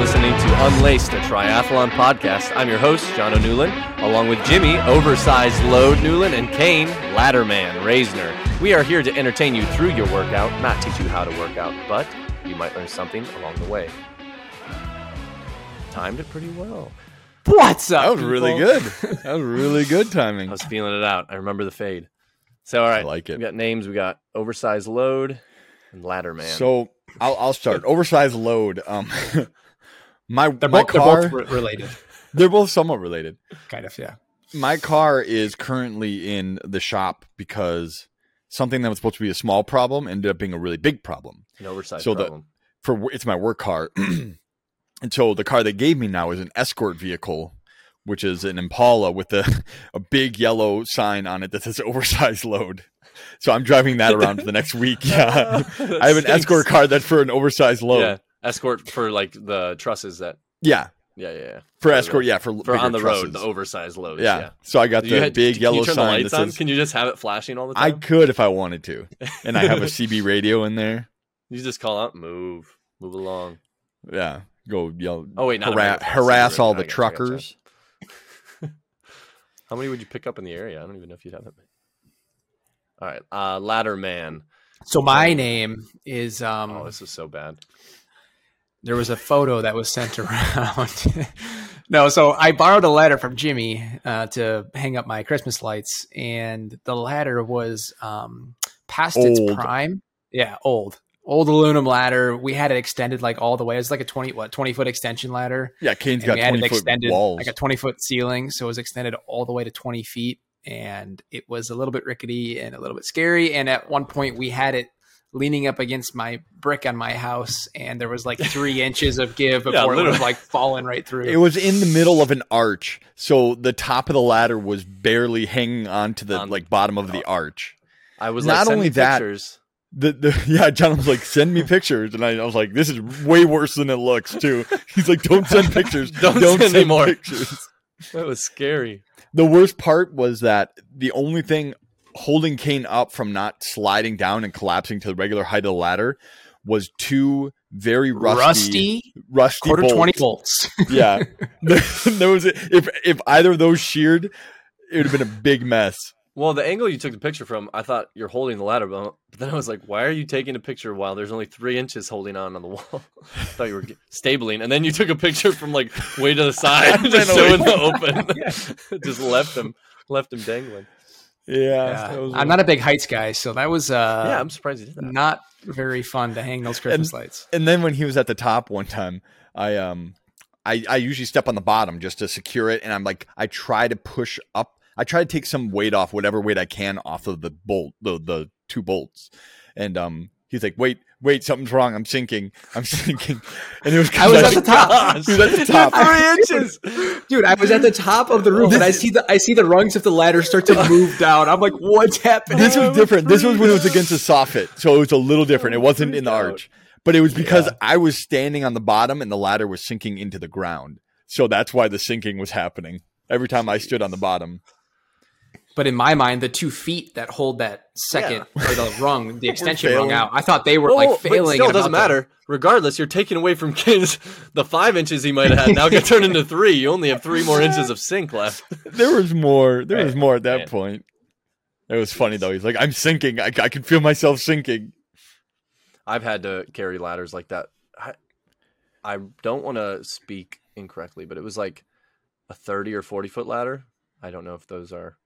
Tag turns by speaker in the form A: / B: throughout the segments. A: listening to Unlaced, a triathlon podcast. I'm your host, John O'Newland, along with Jimmy, Oversized Load Newland, and Kane, Ladderman Raisner. We are here to entertain you through your workout, not teach you how to work out, but you might learn something along the way. Timed it pretty well.
B: What's up?
C: That was really
B: people?
C: good. That was really good timing.
A: I was feeling it out. I remember the fade. So, all
C: I
A: right,
C: like
A: we
C: it.
A: got names. We got Oversized Load and Ladderman.
C: So I'll, I'll start. Oversized load. Um, my
B: They're
C: my
B: both, they're
C: car.
B: both re- related,
C: they're both somewhat related.
B: kind of. Yeah.
C: My car is currently in the shop because something that was supposed to be a small problem ended up being a really big problem.
A: an oversized
C: so the-
A: problem.
C: For wo- it's my work car, and so the car they gave me now is an escort vehicle, which is an Impala with a a big yellow sign on it that says oversized load. So I'm driving that around for the next week. Yeah. I have an escort car that's for an oversized load.
A: Yeah,
C: Yeah.
A: escort for like the trusses that. Yeah, yeah, yeah.
C: For
A: the-
C: escort, yeah, for,
A: For
C: bigger
A: on the road,
C: trusses.
A: the oversized loads.
C: yeah.
A: Yeah.
C: So I got
A: Do
C: the
A: had-
C: big
A: can
C: yellow
A: you turn
C: sign
A: the lights
C: that
A: on?
C: says
A: Can you just have it flashing all the
C: I
A: time?
C: could if I wanted to. And I have a CB radio in there.
A: you just call out, move, move along.
C: Yeah. Go yell
A: Oh wait, not
C: harass,
A: American,
C: harass
A: sorry,
C: all
A: I
C: the
A: got- I got you.
C: truckers.
A: How many would you pick up in the area? I don't even know if you'd have that many. All right, uh, ladder man.
B: So my name is. Um,
A: Oh, this is so bad.
B: there was a photo that was sent around. no, so I borrowed a ladder from Jimmy uh, to hang up my Christmas lights, and the ladder was um, past its
C: Old.
B: prime. Yeah, old, old aluminum ladder. We had it extended like all the way. It was like a twenty what twenty foot extension ladder.
C: Yeah, Kane's
B: And
C: got
B: we had it
C: twenty foot
B: extended
C: walls.
B: like a twenty foot ceiling, so it was extended all the way to twenty feet, and it was a little bit rickety and a little bit scary. And at one point, we had it leaning up against my brick on my house, and there was like three inches of give before it would
A: literally.
B: have like fallen right through.
C: it was in the middle of an arch, so the top of the ladder was barely hanging on to the
A: On-
C: like bottom of the arch.
A: I was
C: Not
A: like, send
C: only
A: me
C: that-
A: pictures.
C: The, the yeah, John was like, send me pictures, and I, I was like, this is way worse than it looks, too. He's like, don't send pictures,
A: Don't send me more."
C: pictures.
A: That was scary.
C: The worst part was that the only thing holding Kane up from not sliding down and collapsing to the regular height of the ladder was two very rusty,
B: rusty,
C: rusty, rusty
B: quarter
C: bolts.
B: twenty volts.
C: Yeah, there, there was if if either of those sheared, it would have been a big mess.
A: Well, the angle you took the picture from, I thought you're holding the ladder, but but then I was like, why are you taking a picture while there's only three inches holding on on the wall? I thought you were g- stabling, and then you took a picture from like way to the side,
C: ran
A: just so
C: away.
A: in the open, just left him, left him dangling.
C: Yeah, that was-
B: I'm not a big heights guy, so that was uh,
A: yeah, I'm surprised you did that.
B: not very fun to hang those Christmas lights.
C: and then when he was at the top one time, I um I, I usually step on the bottom just to secure it and I'm like I try to push up I try to take some weight off whatever weight I can off of the bolt the the two bolts. And um he's like, Wait, wait, something's wrong, I'm sinking. I'm sinking. And it was
B: I was at the top.
A: Gosh,
C: He was at the top.
A: three inches.
B: Dude, I was at the top of the roof and I see the I see the rungs of the ladder start to move down. I'm like, what's happening?
C: This was different. This was when it was against the soffit, so it was a little different. It wasn't in the arch. But it was because I was standing on the bottom and the ladder was sinking into the ground. So that's why the sinking was happening every time I stood on the bottom.
B: But in my mind, the two feet that hold that second or the rung, the extension rung
C: failing.
B: out, I thought they were
A: Well,
B: like
A: Oh, but
B: failing.
A: still
B: and
A: doesn't
B: about to-
A: matter. Regardless, you're taking away from Kins the five inches he might have had. Now get turned into three. You only have three more inches of sink left.
C: There was more. There was
A: Right.
C: more at that
A: Right.
C: point. It was funny though. He's like, "I'm sinking. I, I can feel myself sinking."
A: I've had to carry ladders like that. I, I don't want to speak incorrectly, but it was like a 30 or 40 foot ladder. I don't know if those are.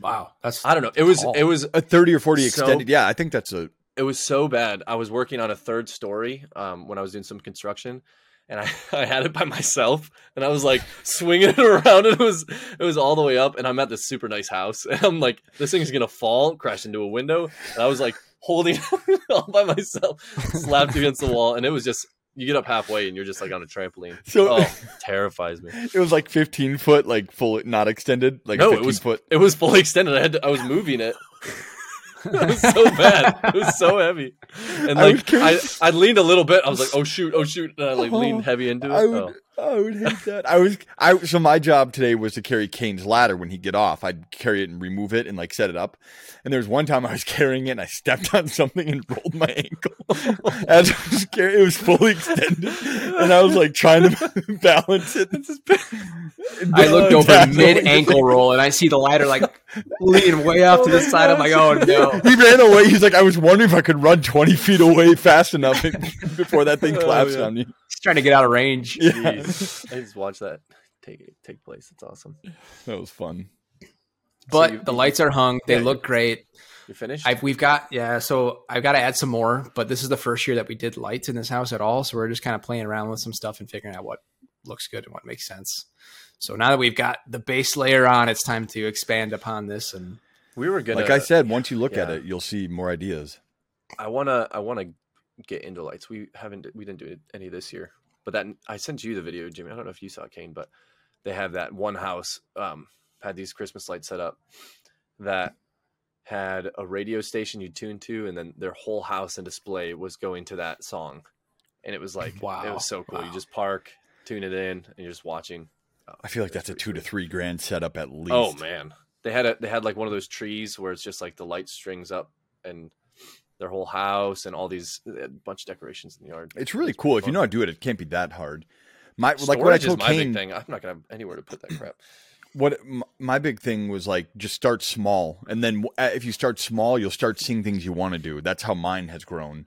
B: Wow, that's
A: I don't know. It was
B: Tall.
A: it was
C: A thirty or forty
A: So-
C: extended. Yeah, I think that's a.
A: it was so bad. I was working on a third story um, when I was doing some construction, and I, I had it by myself, and I was like swinging it around, and it was it was all the way up, and I'm at this super nice house, and I'm like, this thing's gonna fall, crash into a window, and I was like holding it all by myself, slapped against the wall, and it was just you get up halfway and you're just like on a trampoline.
C: So
A: Oh, terrifies me.
C: it was like fifteen foot, like full, not extended. Like
A: No, it
C: fifteen
A: was-
C: foot.
A: It was fully extended. I had to, I was moving it. it was so bad. It was so heavy. And
C: I was
A: like I,
C: curious.
A: I, leaned a little bit. I was like, oh shoot, oh shoot, and I like
C: Oh,
A: leaned heavy into it.
C: I would,
A: Oh.
C: I would hate that. I was I so my job today was to carry Kane's ladder when he'd get off. I'd carry it and remove it and like set it up. And there was one time I was carrying it and I stepped on something and rolled my ankle. As I was carrying, it was fully extended, and I was like trying to balance it.
B: I looked
C: Oh,
B: over
C: that's
B: mid
C: what
B: ankle roll and I see the ladder like leaning way off to the side. I'm like, oh no.
C: He ran away. He's like, I was wondering if I could run twenty feet away fast enough before that thing
A: Oh,
C: collapsed
A: yeah.
C: on me.
B: He's trying to get out of range.
C: Yeah,
A: Jeez. I just watched that take take place. It's awesome. So
C: that was fun.
B: But
A: you-
B: the lights are hung. They
C: Yeah.
B: look great.
A: You finished?
B: I've, we've got yeah. So I've got to add some more. But this is the first year that we did lights in this house at all. So we're just kind of playing around with some stuff and figuring out what looks good and what makes sense. So now that we've got the base layer on, it's time to expand upon this. And
A: we were gonna.
C: Like I said, once you look at
A: yeah.
C: it, you'll see more ideas.
A: I wanna I wanna get into lights. We haven't we didn't do any this year, but that I sent you the video, Jimmy. I don't know if you saw it, Kane, but they have that one house um, had these Christmas lights set up that had a radio station you tuned to, and then their whole house and display was going to that song, and it was like it
B: Wow.
A: was so cool.
B: Wow.
A: You just park, tune it in, and you're just watching. Oh,
C: I feel like
A: it
C: that's a
A: was
C: two to
A: pretty
C: three grand setup at least.
A: cool. Oh man, they had a they had like one of those trees where it's just like the light strings up and their whole house and all these they had a bunch of decorations in the yard.
C: It's really
A: It was
C: cool.
A: pretty
C: If you
A: fun.
C: know how to do it, it can't be that hard. My like
A: Storage
C: what I
A: is
C: told
A: my big
C: Kane,
A: thing. I'm not gonna have anywhere to put that crap.
C: what m- my big thing was like, just start small, and then w- uh, if you start small, you'll start seeing things you want to do. That's how mine has grown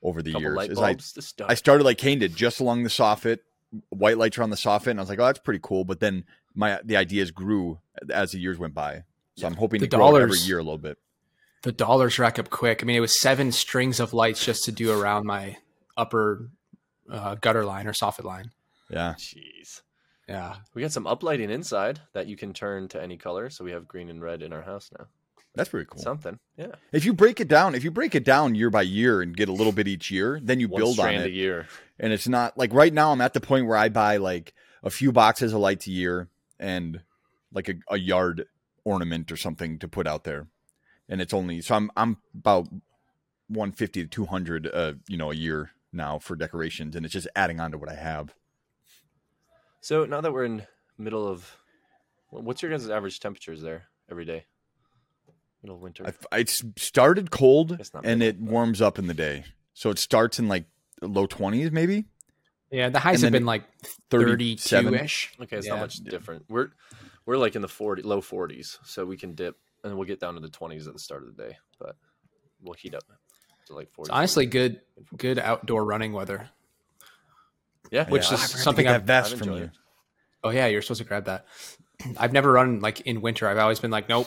C: over the
A: Couple
C: years.
A: light
C: is I
A: bulbs, this stuff.
C: I started like Kane did, just along the soffit. White lights are on the soffit, and I was like, oh, that's pretty cool. But then my the ideas grew as the years went by. So I'm hoping
B: The
C: to grow it every
B: dollars.
C: year a little bit.
B: the dollars rack up quick. I mean, it was seven strings of lights just to do around my upper uh, gutter line or soffit line.
C: Yeah,
A: Jeez.
B: Yeah,
A: We got some uplighting inside that you can turn to any color. So we have green and red in our house now.
C: that's pretty cool.
A: Something. Yeah.
C: if you break it down, if you break it down year by year and get a little bit each year, then you
A: One
C: build on
A: strand
C: it.
A: a year.
C: and it's not like right now I'm at the point where I buy like a few boxes of lights a year and like a, a yard ornament or something to put out there, and it's only so I'm I'm about 150 to 200 uh you know a year now for decorations, and it's just adding on to what I have.
A: So now that we're in middle of, what's your guys' average temperatures there every day? Middle of winter.
C: I've, it's started cold
A: It's not
C: and
A: very
C: it warms up in the day, so it starts in like low 20s maybe
B: yeah. The highs
C: And
B: have
C: then
B: been like
C: 37.
B: thirty-two ish.
A: Okay, it's
B: Yeah.
A: not much different. We're we're like in the forty low forties, so we can dip and we'll get down to the twenties at the start of the day, but we'll heat up to like forty.
B: It's honestly good, good outdoor running weather.
A: yeah.
B: Which
C: Yeah,
B: is
C: I forgot to
B: something
C: get
B: I've-
C: that vest
A: I've
C: from
A: enjoyed
C: you.
A: it.
B: Oh yeah, you're supposed to grab that. I've never run like in winter. I've always been like, nope,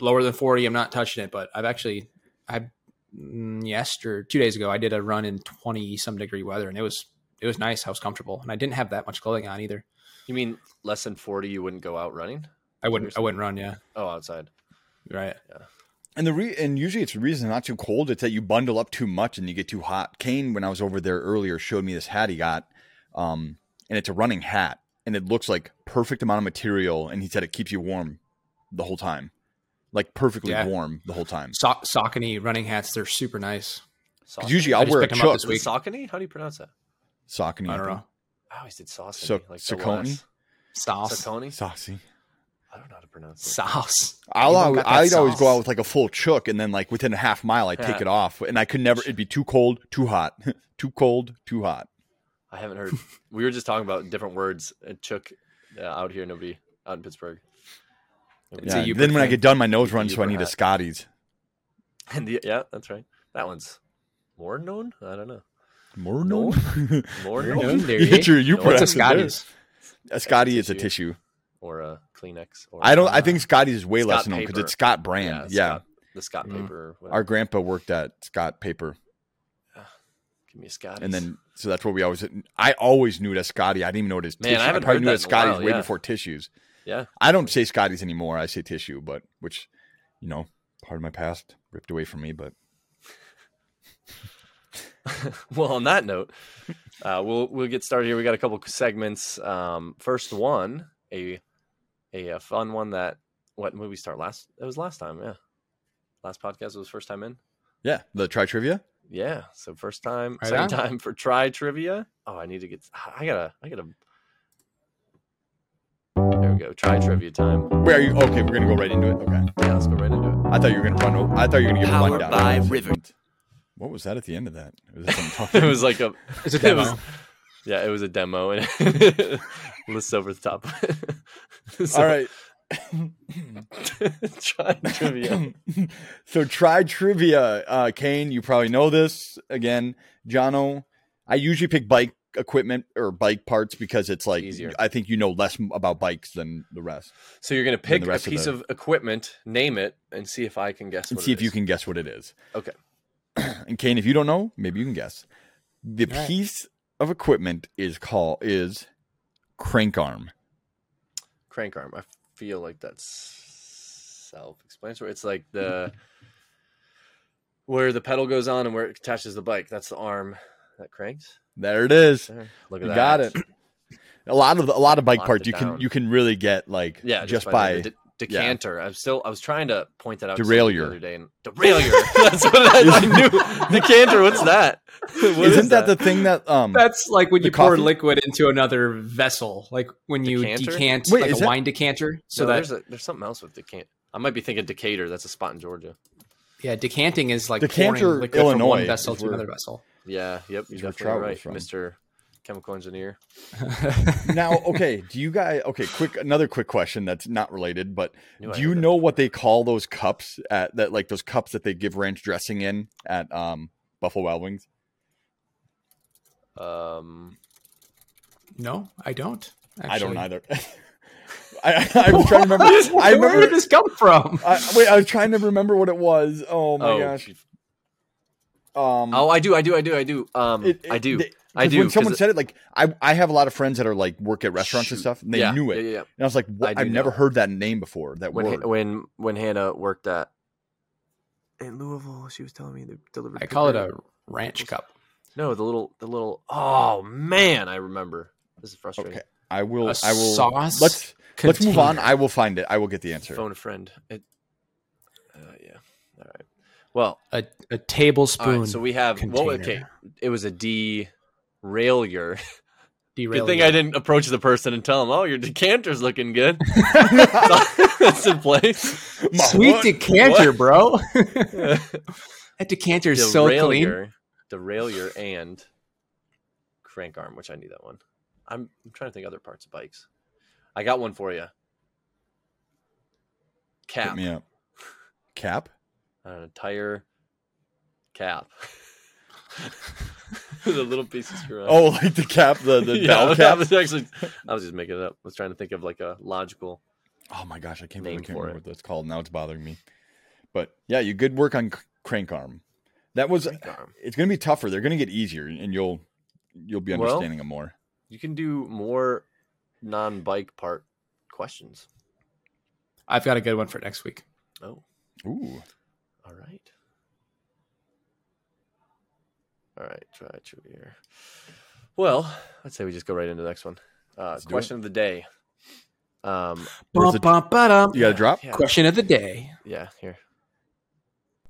B: lower than forty, I'm not touching it. But I've actually, I mm, yesterday, two days ago, I did a run in twenty some degree weather, and it was it was nice. I was comfortable, and I didn't have that much clothing on either.
A: you mean less than forty, you wouldn't go out running?
B: I wouldn't, I wouldn't run. Yeah,
A: Oh, outside.
B: right.
C: And the re- and usually it's the reason not too cold. It's that you bundle up too much and you get too hot. Kane, when I was over there earlier, showed me this hat he got, um, and it's a running hat, and it looks like perfect amount of material. And he said it keeps you warm the whole time, like perfectly
B: Yeah.
C: warm the whole time.
B: So- Saucony running hats, they're super nice.
A: Saucony?
C: usually I'll
B: I just
C: wear a
B: picked him up
C: chuck,
A: Is
B: this
A: it
B: week.
A: Saucony? How do you pronounce that?
C: Saucony,
B: I don't know.
A: I always did saucony.
C: So-
A: like the
C: Saucony?
A: last-
B: Sauce,
A: Saucony?
C: Saucy.
A: I don't know how to pronounce it.
B: sauce.
C: I'll
B: Everyone
C: always,
B: got that
C: I'd always go
B: sauce.
C: out with like a full chook, and then like within a half mile, I
A: Yeah.
C: take it off, and I could never. It'd be too cold, too hot, too cold, too hot.
A: I haven't heard. we were just talking about different words. It took uh, out here, nobody out in Pittsburgh. Nobody-
B: It's a
C: Yeah.
B: Uber
C: Then when I
B: thing.
C: get done, my nose runs, so I
A: Uber
C: need a
A: hat.
C: Scotty's.
A: And the, yeah, that's right. That one's more known. I don't know.
C: More
A: No.
C: known?
A: More
C: You're
A: known.
B: known. there,
C: you
B: eh?
C: hit your you
A: No,
B: What's
C: press
B: a
C: it there.
B: Scotty's?
C: A Scotty is a
A: Tissue.
C: tissue.
A: or a Kleenex. Or
C: I don't. I think Scotty's is way
A: Scott
C: less known because
A: paper.
C: it's Scott brand. Yeah, Mm-hmm.
A: Scott- the Scott
B: Mm.
A: paper. Or whatever.
C: our grandpa worked at Scott Paper,
A: Give me a Scott.
C: and then so that's what we always. I always knew it as Scotty. I didn't even know it as
A: Man, I
C: tissue.
A: haven't
C: probably
A: heard
C: knew it
A: that
C: as
A: in a
C: Scotty's
A: while,
C: way
A: yeah.
C: before tissues.
A: yeah,
C: I don't say Scotty's anymore. I say tissue, but which, you know, part of my past ripped away from me. But
A: well, on that note, uh, we'll we'll get started here. We got a couple segments. Um, first one, a, a uh, fun one that what movie start last? It was last time, yeah. Last podcast was first time in.
C: yeah, the try trivia.
A: Yeah, so first time,
B: Right
A: second
B: on.
A: time for try trivia. Oh, I need to get. I gotta. I gotta go. Try trivia time.
C: Where are you? Okay, we're gonna go right into it. Okay,
A: Yeah, let's go right into it.
C: I thought you were gonna run. o- I thought you were gonna give a
D: Powered
C: rundown.
D: by River.
C: What was that at the end of that? Was that something
A: It
C: talking?
A: was like a
B: It's a
A: It was-
B: demo.
A: yeah, it was a demo and it lists over the top. so,
C: All right.
A: try trivia.
C: so try trivia, uh, Kane. You probably know this. Again, Jono. I usually pick bike equipment or bike parts because it's like
A: Easier.
C: I think you know less m- about bikes than the rest,
A: So you're gonna
C: the
A: pick a
C: rest of
A: piece
C: the-
A: of equipment, name it, and see if I can guess.
C: and
A: what
C: see
A: it
C: if you
A: is.
C: can guess what it is.
A: Okay.
C: and Kane, if you don't know, maybe you can guess. The
B: All right.
C: piece of equipment is called is crank arm.
A: crank arm. I feel like that's self-explanatory. It's like the where the pedal goes on and where it attaches the bike. That's the arm that cranks.
C: There it is.
A: There. Look at
C: You
A: that.
C: got it. A lot of a lot of bike
A: Locked
C: parts
A: it
C: you can
A: down.
C: you can really get like
A: Yeah,
C: just,
A: the-
C: by
A: the de- decanter. I'm still. I was trying to point that out. to
C: Derailleur.
A: somebody the other day and derailleur. That's what I, I knew. Decanter. What's that? is
C: isn't that, the thing that um
B: That's like when
C: The
B: you pour
C: coffee?
B: liquid into another vessel, like when you
A: Decanter?
B: decant
C: Wait,
B: like
C: is
B: a
C: that-
B: wine decanter. So
A: So
B: that
A: there's a, there's something else with decanter. I might be thinking Decatur. That's a spot in Georgia.
B: yeah, decanting is like
C: Decanter,
B: pouring liquid from
C: Illinois,
B: one vessel
C: is
B: to
C: where-
B: another vessel.
A: Yeah. Yep. You're
C: Is where
A: definitely
C: Trout was
A: right,
C: from.
A: Mister Chemical Engineer.
C: now okay do you guys okay quick another quick question that's not related but
A: Knew I
C: do you
A: heard that.
C: know what they call those cups at that like those cups that they give ranch dressing in at um buffalo wild wings
A: Um,
B: No, I don't. Actually.
C: i don't either I, I was trying to remember i
B: Where did
C: remember
B: this come from?
C: I, wait i was trying to remember what it was oh my
A: oh,
C: gosh
A: geez.
C: um
A: Oh, I do, I do, I do, I do. Um,
C: it-
A: I
C: it-
A: do.
C: they-
A: I
C: 'cause
A: do.
C: When someone
A: 'cause
C: said it, like I, I have a lot of friends that are like work at restaurants and
A: Shoot.
C: stuff, and they
A: yeah,
C: knew it.
A: Yeah, yeah. yeah.
C: And I was like, what?
A: do
C: I've never
A: know.
C: heard that name before. That
A: When
C: word.
A: Ha- when when Hannah worked at in Louisville, she was telling me they delivered.
B: I call it
A: cooker.
B: a ranch cup.
A: no. The little the little. Oh man, I remember. This is frustrating.
C: okay, I will.
B: A
C: I will.
B: sauce
C: Let's let's move on.
B: container.
C: I will find it. I will get the answer.
A: Phone a friend. It, uh, yeah. All right. Well,
B: A, a
A: all
B: tablespoon.
A: right. So we have what? was- Okay, it was a derailleur. Good thing I didn't approach the person and tell them, "Oh, your decanter's looking good. That's in place."
C: My
B: Sweet
C: what?
B: decanter, bro.
A: Derailleur,
B: that decanter is so clean.
A: derailleur, and crank arm, which I knew that one. I'm, I'm trying to think other parts of bikes. I got one for you.
C: Hit
A: Cap,
C: me up. Cap.
A: uh, tire, cap. the little piece of screw.
C: Oh, like the cap, the the
A: Uh, Yeah,
C: bell
A: I
C: cap.
A: was actually, I was just making it up. I was trying to think of like a logical.
C: Oh my gosh, I can't
A: Name
C: believe I can't
A: for
C: remember
A: it.
C: what that's called. Now it's bothering me. But yeah, you good work on c- crank arm. That was.
A: arm.
C: It's going to be tougher. They're going to get easier, and you'll you'll be
A: Well,
C: understanding them more.
A: You can do more non-bike part questions.
B: I've got a good one for next week.
A: Oh,
C: Ooh.
A: all right. All right, try to here. Well, I'd say we just go right into the next one. Uh,
C: do it.
A: question of the day. Um,
C: Where's the-
B: Bum, bum, ba-dum.
C: You got a drop?
A: yeah,
B: Question of the day.
A: yeah, here.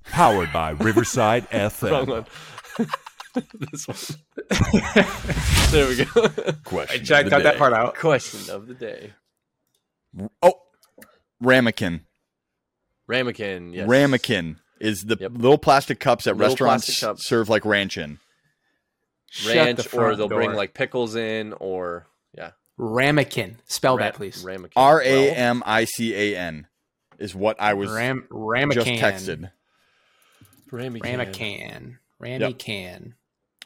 E: Powered by Riverside
A: Wrong
E: FM.
A: one. this one. there we go.
C: Question.
B: I
C: of
B: cut
C: the
B: that
C: day.
B: part out.
A: question of the day.
C: Oh, ramekin.
A: Ramekin. Yes.
C: Ramekin is the
A: Yep.
C: little plastic cups that
A: Little
C: restaurants
A: plastic cups.
C: serve like ranch in.
A: Ranch,
B: Shut the
A: or
B: front
A: they'll bring
B: door.
A: like pickles in, or yeah.
B: ramekin. Spell
A: ra-
B: that, please.
A: Ramekin.
C: R a
A: Well,
C: m i c a n is what I was
B: Ram,
C: just
B: ramekin.
C: texted.
A: Ramekin.
B: Ramekin. Ramekin.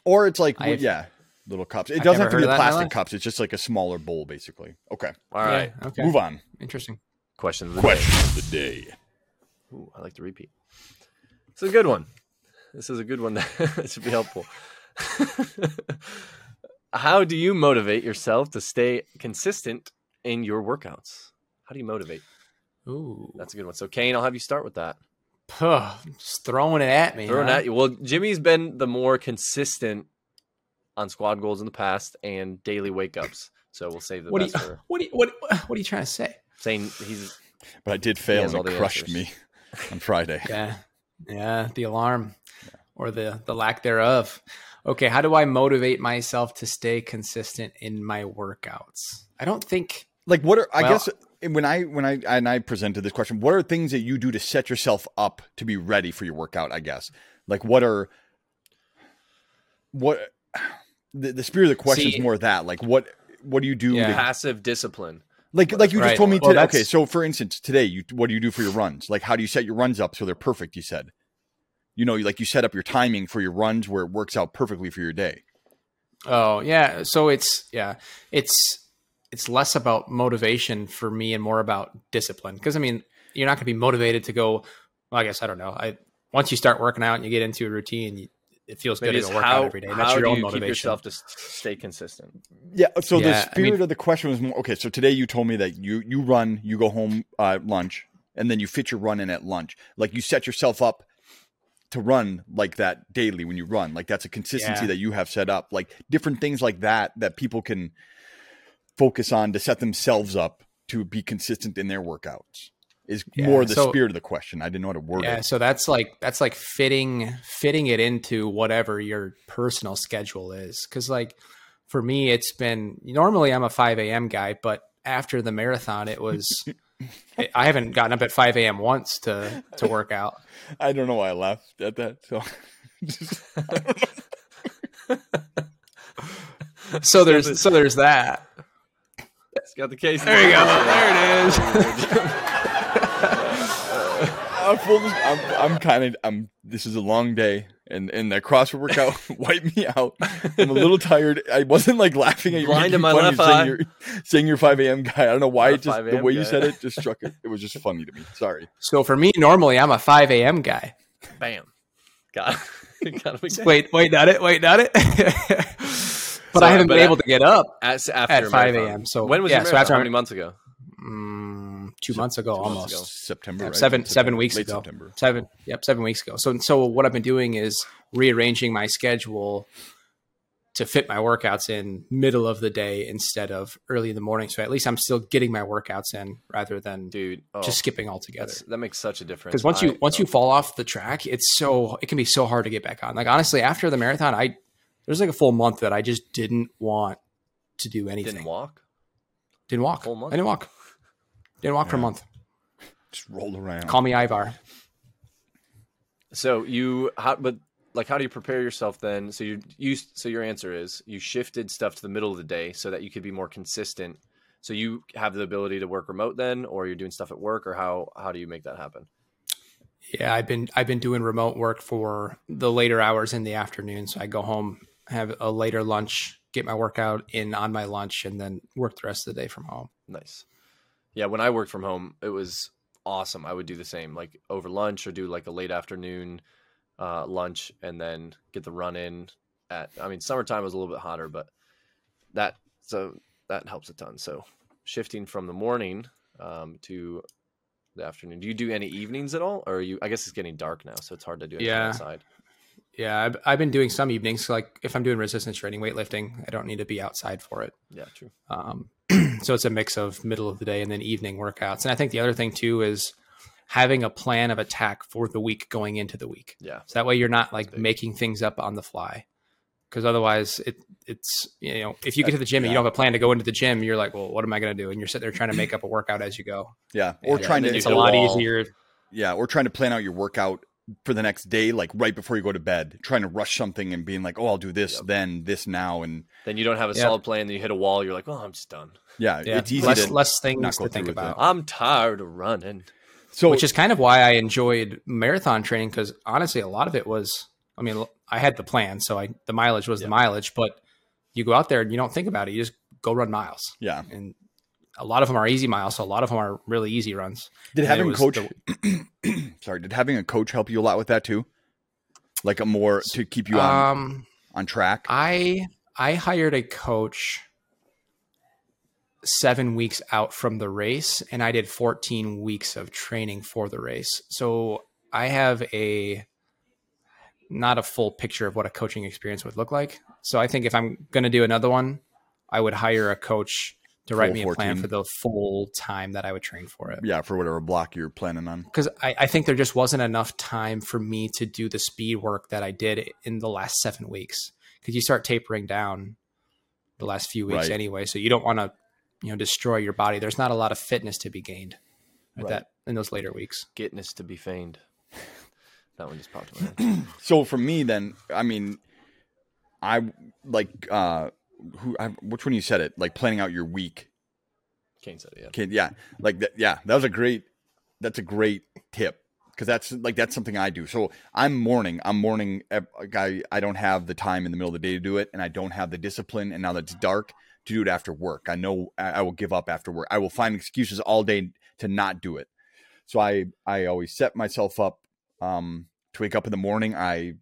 C: Or it's like
B: I've-
C: yeah, little cups. It
B: I've
C: doesn't
B: never
C: have to
B: heard
C: be
B: of that
C: the
B: in my
C: plastic
B: life.
C: cups. It's just like a smaller bowl, basically. Okay,
A: All right.
B: Yeah, okay.
C: move on.
B: Interesting.
A: Question of the day.
C: Question of the day.
A: Ooh, I like to repeat. It's a good one. This is a good one. that should be helpful. How do you motivate yourself to stay consistent in your workouts? How do you motivate?
B: Ooh.
A: That's a good one. So, Kane, I'll have you start with that.
B: Puh, just throwing it at me.
A: Throwing
B: huh?
A: at you. Well, Jimmy's been the more consistent on squad goals in the past and daily wake ups. So we'll save the
B: What do you,
A: best for
B: what, do you, what, what are you trying to say?
A: saying he's
C: But I did
A: He
C: fail
A: has all
C: and
A: the
C: it crushed
A: answers.
C: me on Friday.
B: Yeah. Yeah. The alarm or the, the lack thereof. Okay. How do I motivate myself to stay consistent in my workouts? I don't think
C: Like what are I
B: Well-
C: guess and when I when I and I presented this question, what are things that you do to set yourself up to be ready for your workout? I guess like what are what the, the spirit of the question
B: See-
C: is more that like what what do you do
B: Yeah.
C: to
A: Passive discipline.
C: Like, like you just
B: Right.
C: told me
B: Well,
C: today.
B: that's-
C: Okay, so for instance, today, you what do you do for your runs? Like, how do you set your runs up so they're perfect? You said, you know, like you set up your timing for your runs where it works out perfectly for your day.
B: Oh yeah, so it's yeah, it's it's less about motivation for me and more about discipline. Because I mean, you're not going to be motivated to go. Well, I guess I don't know. I once you start working out and you get into a routine, you, it feels good
A: Maybe it's
B: to go work
A: how,
B: out every day. That's
A: how
B: your
A: do
B: own
A: you
B: motivation.
A: keep yourself to s- stay consistent?
C: Yeah. So
B: Yeah, I
C: the
B: mean-
C: spirit of the question was more okay. So today you told me that you you run, you go home uh, at lunch, and then you fit your run in at lunch. Like you set yourself up to run like that daily when you run. Like that's a consistency
B: Yeah.
C: that you have set up. Like different things like that that people can focus on to set themselves up to be consistent in their workouts is
B: Yeah,
C: more the
B: so-
C: spirit of the question. I didn't know how to word
B: yeah,
C: it.
B: so that's like that's like fitting fitting it into whatever your personal schedule is. Because like for me, it's been normally I'm a 5 a.m. guy, but after the marathon, it was. I- I haven't gotten up at 5 a.m. once to to work out.
C: I don't know why I laughed at that. So
B: so there's so there's that.
A: It's got the case.
B: There you go. There it is.
C: I'm, full, I'm, I'm kind of I'm. This is a long day, and and that CrossFit workout wiped me out. I'm a little tired. I wasn't like laughing at you.
A: Blind
C: You
A: in my
C: keep
A: left
C: saying
A: eye.
C: You're, saying you're 5 a.m. guy. I don't know why
A: Not a
C: it just
A: 5
C: the
A: a.m.
C: way you
A: guy.
C: said it just struck it. It was just funny to me. Sorry.
B: so for me, normally I'm a 5 a.m. guy.
A: Bam. Got, got him again.
B: Wait, wait, not it. Wait, not it. but I haven't
A: but
B: been
A: I-
B: able to get up
A: At, after
B: At
A: your
B: 5
A: marathon.
B: a.m., so-
A: when was
B: yeah,
A: your
B: so
A: marathon?
B: after
A: how
B: I'm-
A: many months ago?
B: mm, two months ago, almost
A: ago.
C: September.
B: Yeah,
C: right?
B: seven seven
C: September,
B: weeks
C: late
B: ago.
C: September.
B: Seven, yep, seven weeks ago. So so what I've been doing is rearranging my schedule to fit my workouts in middle of the day instead of early in the morning. So at least I'm still getting my workouts in rather than
A: Dude, oh,
B: just skipping altogether.
A: that's- that makes such a difference.
B: because once you
A: I-
B: once
A: oh.
B: you fall off the track, it's so it can be so hard to get back on. Like honestly, after the marathon, I there's like a full month that I just didn't want to do anything.
A: didn't walk,
B: Didn't walk.
A: Full month?
B: I didn't walk. Didn't walk for a
C: Yeah.
B: month.
C: Just roll around.
B: Call me Ivar.
A: so you how but like how do you prepare yourself then? So you you so your answer is you shifted stuff to the middle of the day so that you could be more consistent. So you have the ability to work remote then, or you're doing stuff at work, or how how do you make that happen?
B: Yeah, I've been I've been doing remote work for the later hours in the afternoon. So I go home, have a later lunch, get my workout in on my lunch, and then work the rest of the day from home.
A: Nice. Yeah, when I worked from home, it was awesome. I would do the same, like over lunch or do like a late afternoon uh, lunch and then get the run in at I mean summertime was a little bit hotter, but that so that helps a ton. So shifting from the morning um, to the afternoon. Do you do any evenings at all? Or are you I guess it's getting dark now, so it's hard to do anything
B: Yeah.
A: outside.
B: Yeah, I've, I've been doing some evenings. Like if I'm doing resistance training, weightlifting, I don't need to be outside for it.
A: Yeah, true.
B: Um, so it's a mix of middle of the day and then evening workouts. And I think the other thing too is having a plan of attack for the week going into the week.
A: Yeah.
B: So that way you're not like
A: big.
B: making things up on the fly. Because otherwise, it it's you know if you get to the gym and you
C: Yeah.
B: don't have a plan to go into the gym, you're like, well, what am I going to do? And you're sitting there trying to make up a workout as you go.
C: Yeah, or
B: And
C: trying to
A: then
B: it's
A: hit
B: a
A: a
B: lot
A: wall.
B: easier.
C: Yeah, or trying to plan out your workout for the next day, like right before you go to bed, trying to rush something and being like, "Oh, I'll do this
A: Yep.
C: then, this now,and."
A: Then you don't have a
B: Yeah.
A: solid plan, then you hit a wall, you're like, Well, I'm just done.
C: Yeah,
B: Yeah,
C: it's easy
B: less
C: to
B: less
C: not
B: things
C: go
B: to think
C: through with it.
B: about.
A: I'm tired of running.
C: so
B: which is kind of why I enjoyed marathon training because honestly, a lot of it was. I mean, l- I had the plan, so I the mileage was
A: Yeah.
B: the mileage. But you go out there and you don't think about it; you just go run miles,
C: yeah.
B: and a lot of them are easy miles. So a lot of them are really easy runs.
C: Did
B: And it
C: having a
B: was
C: coach? sorry, did having a coach help you a lot with that too? Like a more to keep you on
B: Um,
C: on track.
B: I I hired a coach seven weeks out from the race, and I did 14 weeks of training for the race. So I have a not a full picture of what a coaching experience would look like. So I think if I'm going to do another one, I would hire a coach to write
C: Full
B: me a plan
C: 14.
B: for the full time that I would train for it
C: yeah, for whatever block you're planning on.
B: because I, I think there just wasn't enough time for me to do the speed work that I did in the last seven weeks. Because you start tapering down the last few weeks
C: Right.
B: anyway, so you don't want to you know destroy your body. There's not a lot of fitness to be gained at
C: Right.
B: that in those later weeks.
A: Getness to be feigned. That one just popped in my head.
C: So for me, then, I mean, I like uh, who? I, which one you said it? Like planning out your week.
A: Kane said it. Yeah.
C: Okay, yeah, like that. Yeah, that was a great. That's a great tip because that's like that's something I do. So I'm morning. I'm morning. ev- Like I, I don't have the time in the middle of the day to do it, and I don't have the discipline. And now that it's dark, to do it after work. I know I, I will give up after work. I will find excuses all day to not do it. So I, I always set myself up um, to wake up in the morning. I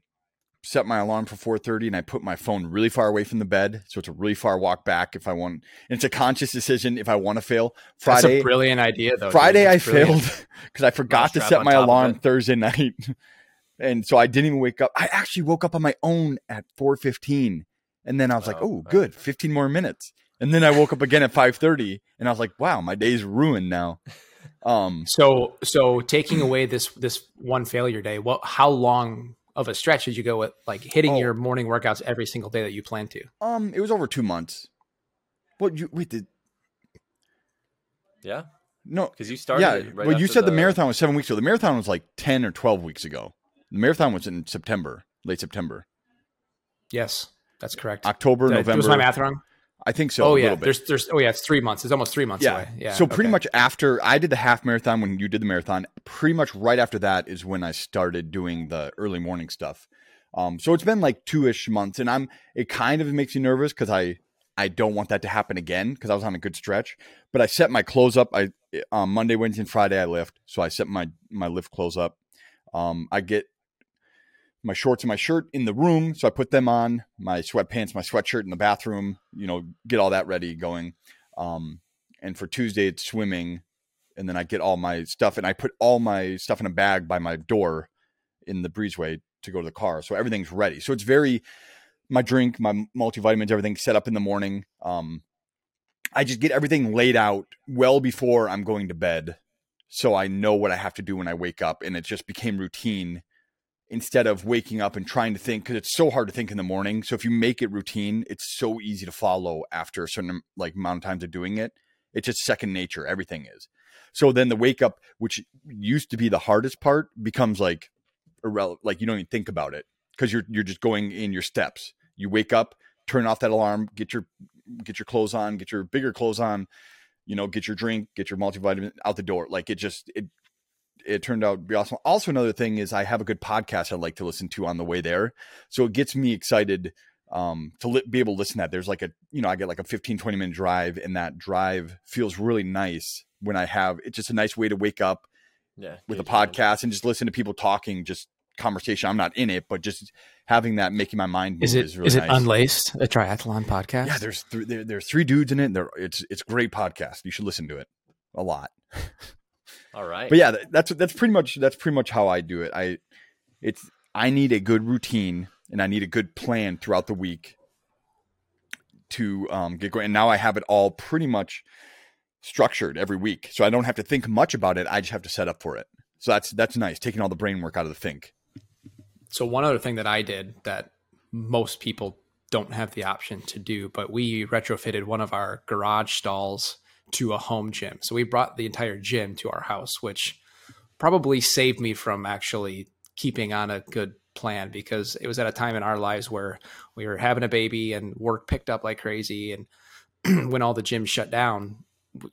C: set my alarm for 4.30 and i put my phone really far away from the bed so it's a really far walk back if i want and it's a conscious decision if i want to fail
B: That's
C: friday
B: a brilliant idea, though. dude.
C: Friday I
B: That's brilliant.
C: failed because I forgot to
A: strap
C: set
A: on
C: my
A: top of
C: alarm
A: it.
C: Thursday night, and so I didn't even wake up. I actually woke up on my own at four fifteen, and then I was like,
A: Oh,
C: "Oh,
A: wow.
C: good, fifteen more minutes." And then I woke up again at five thirty, and I was like, "Wow, my day's ruined now." Um,
B: So so taking away this this one failure day, what how long of a stretch did you go with like hitting
C: Oh.
B: your morning workouts every single day that you plan to?
C: um, it was over two months. What you wait? Did,
A: Yeah.
C: no,
A: Because you started.
C: yeah.
A: it right
C: well, you
A: after
C: said the, marathon was seven weeks ago. The marathon was like ten or twelve weeks ago. The marathon was in September, late September,
B: Yes, that's correct.
C: October,
B: Did I-
C: November.
B: Was my math wrong?
C: I think so.
B: oh
C: a
B: yeah,
C: little bit.
B: there's there's oh yeah, it's three months. It's almost three months away. Yeah.
C: So pretty
B: okay.
C: much after I did the half marathon when you did the marathon, pretty much right after that is when I started doing the early morning stuff. Um, so it's been like two ish months, and I'm it kind of makes me nervous because I I don't want that to happen again because I was on a good stretch. But I set my clothes up. I um, Monday, Wednesday, and Friday I lift, so I set my my lift clothes up. Um, I get my shorts and my shirt in the room, so I put them on. My sweatpants, my sweatshirt in the bathroom. You know, get all that ready going. Um, and for Tuesday it's swimming, and then I get all my stuff and I put all my stuff in a bag by my door in the breezeway to go to the car, so everything's ready. So it's very my drink, my multivitamins, everything set up in the morning. Um, I just get everything laid out well before I'm going to bed, so I know what I have to do when I wake up, and it just became routine instead of waking up and trying to think because it's so hard to think in the morning so if you make it routine it's so easy to follow after a certain like amount of times of doing it it's just second nature everything is so then the wake up which used to be the hardest part becomes like irrelevant like you don't even think about it because you're you're just going in your steps you wake up turn off that alarm get your get your clothes on get your bigger clothes on you know get your drink get your multivitamin out the door like it just it it turned out to be awesome also another thing is i have a good podcast i like to listen to on the way there so it gets me excited um to li- be able to listen to that there's like a you know i get like a 15 20 minute drive and that drive feels really nice when i have it's just a nice way to wake up
A: Yeah.
C: with a
A: Kane said it.
C: podcast and just listen to people talking just conversation i'm not in it but just having that making my mind move
B: is
C: is,
B: it is,
C: really
B: it
C: nice
B: unlaced a triathlon podcast?
C: yeah there's th- there, there's three dudes in it and they're it's it's a great podcast you should listen to it a lot
A: All right.
C: but yeah that- that's that's pretty much that's pretty much how i do it i it's i need a good routine and i need a good plan throughout the week to um, get going and now i have it all pretty much structured every week so i don't have to think much about it i just have to set up for it so that's that's nice taking all the brain work out of the think
B: So one other thing that I did that most people don't have the option to do, but we retrofitted one of our garage stalls to a home gym. So we brought the entire gym to our house, which probably saved me from actually keeping on a good plan because it was at a time in our lives where we were having a baby and work picked up like crazy and when all the gyms shut down,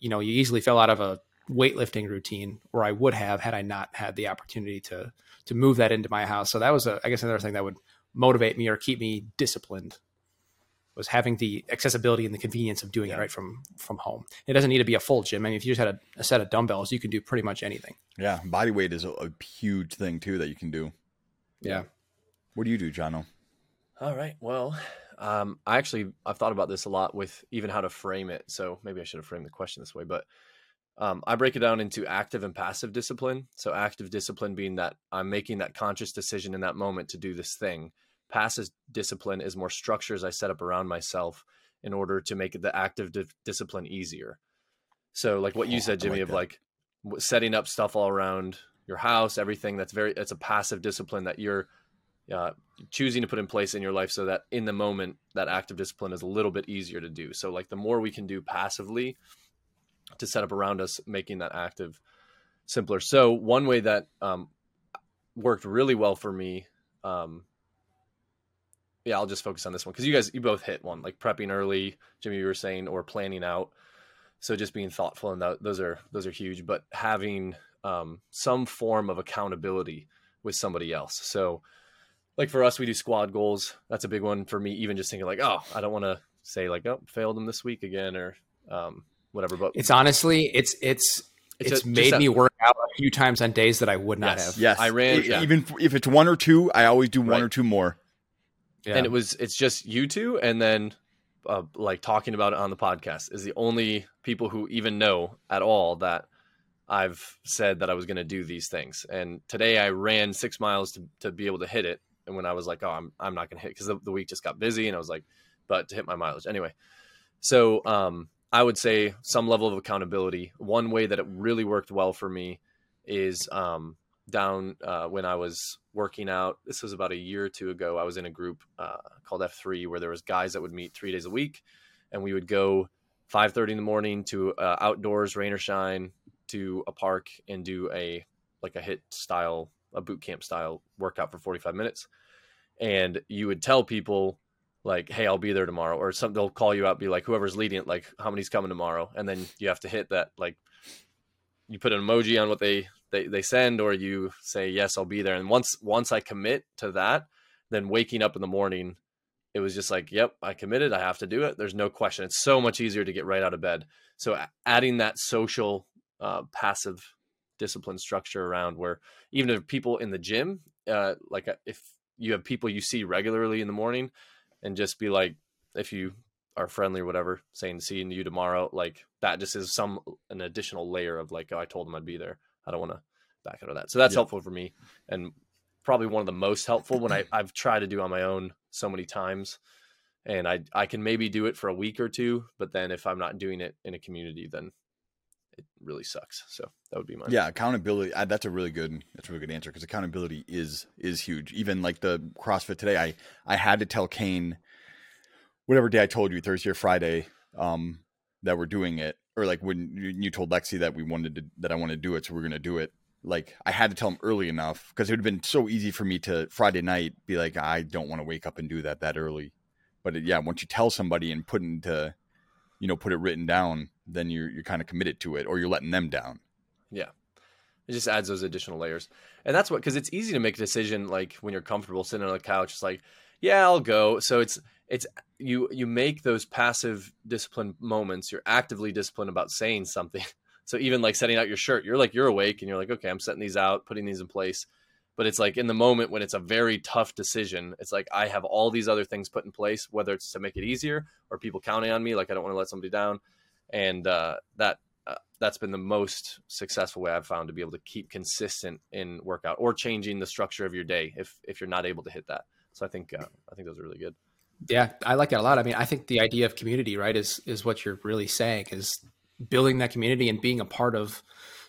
B: you know, you easily fell out of a weightlifting routine or I would have had I not had the opportunity to to move that into my house. So that was, a, I guess, another thing that would motivate me or keep me disciplined was having the accessibility and the convenience of doing it
C: Yeah.
B: right from from home. It doesn't need to be a full gym. I mean, if you just had a, a set of dumbbells, you can do pretty much anything.
C: yeah body weight is a, a huge thing too that you can do
B: Yeah.
C: what do you do jono
A: All right. Well, um, I actually I've thought about this a lot with even how to frame it. So maybe I should have framed the question this way, but um, I break it down into active and passive discipline. So active discipline being that I'm making that conscious decision in that moment to do this thing. Passive discipline is more structures I set up around myself in order to make the active di- discipline easier. So like what
C: Oh,
A: you said,
C: I
A: Jimmy,
C: like
A: of
C: that.
A: like w- setting up stuff all around your house, everything that's very, it's a passive discipline that you're uh, choosing to put in place in your life so that in the moment that active discipline is a little bit easier to do so like the more we can do passively to set up around us making that active simpler so one way that um, worked really well for me um, yeah i'll just focus on this one because you guys you both hit one like prepping early jimmy you were saying or planning out so just being thoughtful and that, those are those are huge but having um, some form of accountability with somebody else so like for us, we do squad goals. That's a big one for me. Even just thinking like, oh, I don't want to say like, oh, failed them this week again or um, whatever. But
B: It's honestly, it's it's
A: It's
B: it's,
A: a- just
B: made
A: that-
B: me work out a few times on days that I would not
A: Yes.
B: have.
C: Yes,
A: I ran-
C: E-
A: yeah.
C: even f- if it's one or two, I always do one
A: Right.
C: or two more.
B: Yeah.
A: and it was it's just you two, and then uh, like talking about it on the podcast is the only people who even know at all that I've said that I was going to do these things. And today I ran six miles to to be able to hit it. And when I was like, oh, I'm I'm not going to hit because the, the week just got busy, and I was like, but to hit my mileage anyway. So um, I would say some level of accountability. One way that it really worked well for me is um, down uh, when I was working out. This was about a year or two ago. I was in a group uh, called F3 where there was guys that would meet three days a week, and we would go 5:30 in the morning to uh, outdoors, rain or shine, to a park and do a like a hit style, a boot camp style workout for 45 minutes. And you would tell people like, "Hey, I'll be there tomorrow," or some they'll call you out, be like, "Whoever's leading it, like, how many's coming tomorrow?" And then you have to hit that like you put an emoji on what they they, they send or you say yes i'll be there and once once i commit to that then waking up in the morning it was just like yep i committed i have to do it there's no question it's so much easier to get right out of bed so a- adding that social uh, passive discipline structure around where even if people in the gym uh, like uh, if you have people you see regularly in the morning and just be like if you are friendly or whatever saying seeing you tomorrow like that just is some uh, an additional layer of like oh, i told them i'd be there i don't want to back out of that so that's
C: Yeah.
A: helpful for me and probably one of the most helpful when I, i've tried to do on my own so many times and I, I can maybe do it for a week or two but then if i'm not doing it in a community then it really sucks so that would be my
C: Yeah, accountability. I, that's a really good. That's a really good answer because accountability is is huge. Even like the CrossFit today, I I had to tell Kane, whatever day I told you Thursday or Friday, um, that we're doing it, or like when you you told Lexi that we wanted to that I want to do it, so we're gonna do it. Like I had to tell him early enough because it would have been so easy for me to Friday night be like, I don't want to wake up and do that that early. But yeah, once you tell somebody and put into, you know, put it written down, then you're you're kind of committed to it, or you're letting them down.
A: It just adds those additional layers. And that's what, because it's easy to make a decision like when you're comfortable sitting on the couch. It's like, yeah, I'll go. So it's, it's, you, you make those passive discipline moments. You're actively disciplined about saying something. So even like setting out your shirt, you're like, you're awake and you're like, okay, I'm setting these out, putting these in place. But it's like in the moment when it's a very tough decision, it's like I have all these other things put in place, whether it's to make it easier or people counting on me, like I don't want to let somebody down. And uh, that uh, that's been the most successful way I've found to be able to keep consistent in workout or changing the structure of your day if if you're not able to hit that. So I think uh, I think those are really good.
B: Yeah, I like that a lot. I mean, I think the idea of community, right, is is what you're really saying is building that community and being a part of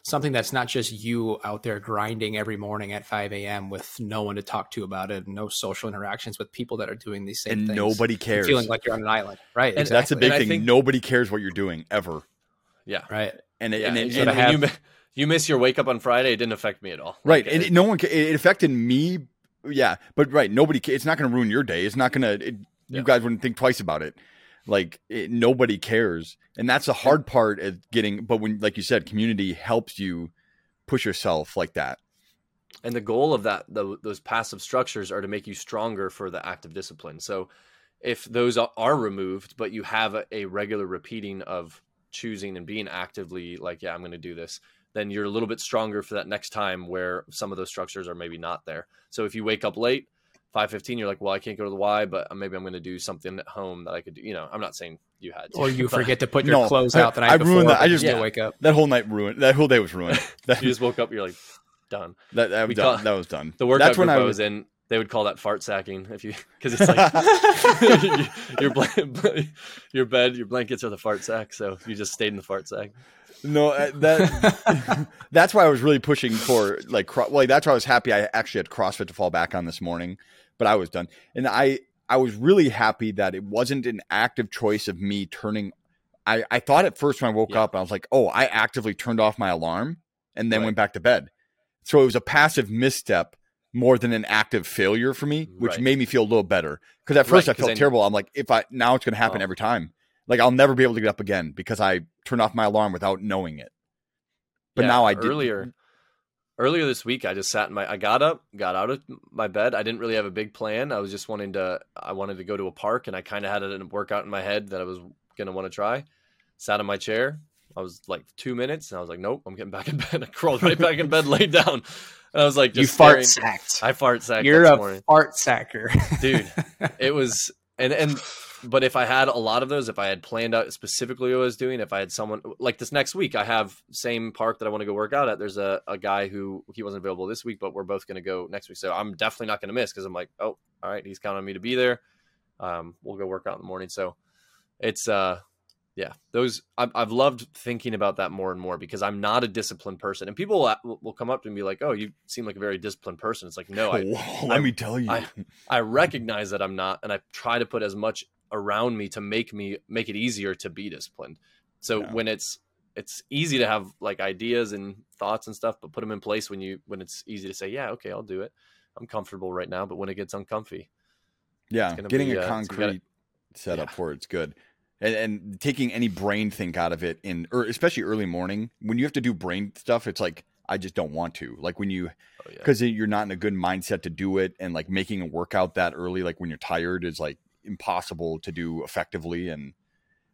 B: something that's not just you out there grinding every morning at 5 a.m. with no one to talk to about it, no social interactions with people that are doing these same
C: and
B: things,
C: nobody
B: and
C: cares.
B: feeling like you're on an island, right?
A: And
C: that's a
B: exactly.
C: big
A: And I
C: thing.
A: think-
C: nobody cares what you're doing ever.
A: Yeah,
B: right.
C: And it,
A: yeah.
C: and, it,
A: And,
C: and
B: I
A: when
B: have-
A: you, mi- you miss your wake up on Friday, it didn't affect me at all.
C: right,
A: Like,
C: and it, no one. ca- It it affected me. Yeah, but right, nobody. ca- It's not going to ruin your day. It's not going to.
A: Yeah.
C: You guys wouldn't think twice about it. Like it, nobody cares, and that's the hard part of getting. But when, like you said, community helps you push yourself like that.
A: and the goal of that tho- those passive structures are to make you stronger for the active discipline so if those a- are removed but you have a, a regular repeating of choosing and being actively like yeah i'm going to do this then you're a little bit stronger for that next time where some of those structures are maybe not there so if you wake up late 5.15 you're like well i can't go to the y but maybe i'm going to do something at home that i could do you know i'm not saying you had to
B: Or you
A: but
B: forget to put your
C: No,
B: clothes
C: I-
B: out the night
C: I
B: before.
C: ruined that. I
B: but you
C: just-
B: still
A: yeah.
B: wake up.
C: That whole night ruined. That whole day was ruined. That,
A: you just woke up you're like done
C: that, that,
A: we
C: was done.
A: call-
C: that was done.
A: the workout
C: That's when
A: group I
C: I
A: was,
C: was.
A: in, they would call that fart sacking if you because it's like your blan- your bed, your blankets are the fart sack, so you just stayed in the fart sack.
C: No, uh, that that's why I was really pushing for like cro- like that's why I was happy I actually had CrossFit to fall back on this morning but I was done. And I I was really happy that it wasn't an active choice of me turning. I I thought at first when I woke
A: Yeah.
C: up, I was like, oh, I actively turned off my alarm and then
A: Right.
C: went back to bed. So it was a passive misstep more than an active failure for me, which
A: Right.
C: made me feel a little better. Because at first
A: Right,
C: I
A: 'cause
C: felt
A: then-
C: terrible. I'm like, if I now it's going to happen
A: Oh.
C: every time. Like I'll never be able to get up again because I turned off my alarm without knowing it. But
A: Yeah,
C: now I did.
A: earlier earlier this week I just sat in my I got up, got out of my bed. I didn't really have a big plan. I was just wanting to I wanted to go to a park and I kind of had a workout in my head that I was going to want to try. Sat in my chair. I was like 2 minutes and I was like, "Nope, I'm getting back in bed." I crawled right back in bed, laid down. And I was like,
B: You
A: just
B: fart
A: staring-
B: sacked.
A: I fart sacked
B: You're
A: this
B: a
A: morning.
B: fart sacker.
A: Dude, it was and and but if I had a lot of those, if I had planned out specifically what I was doing, if I had someone like this next week, I have same park that I want to go work out at. There's a, a guy who he wasn't available this week, but we're both going to go next week. So I'm definitely not going to miss because I'm like, oh, all right, he's counting on me to be there. Um, we'll go work out in the morning. So it's uh, yeah, those I've, I've loved thinking about that more and more because I'm not a disciplined person, and people will, will come up to me and be like, oh, you seem like a very disciplined person. It's like, no, I,
C: Whoa, let
A: I-
C: me tell you.
A: I- I recognize that I'm not, and I try to put as much around me to make me make it easier to be disciplined. So
C: Yeah.
A: when it's it's easy to have like ideas and thoughts and stuff, but put them in place when you when it's easy to say, yeah, okay, I'll do it. I'm comfortable right now, but when it gets uncomfy,
C: yeah,
A: it's gonna
C: getting
A: be,
C: a
A: uh, it's- we gotta-
C: concrete setup for it's good, and, and taking any brain think out of it in, or especially early morning when you have to do brain stuff, it's like I just don't want to. Like when you
A: oh yeah,
C: because you're not in a good mindset to do it, and like making a workout that early, like when you're tired, is like impossible to do effectively, and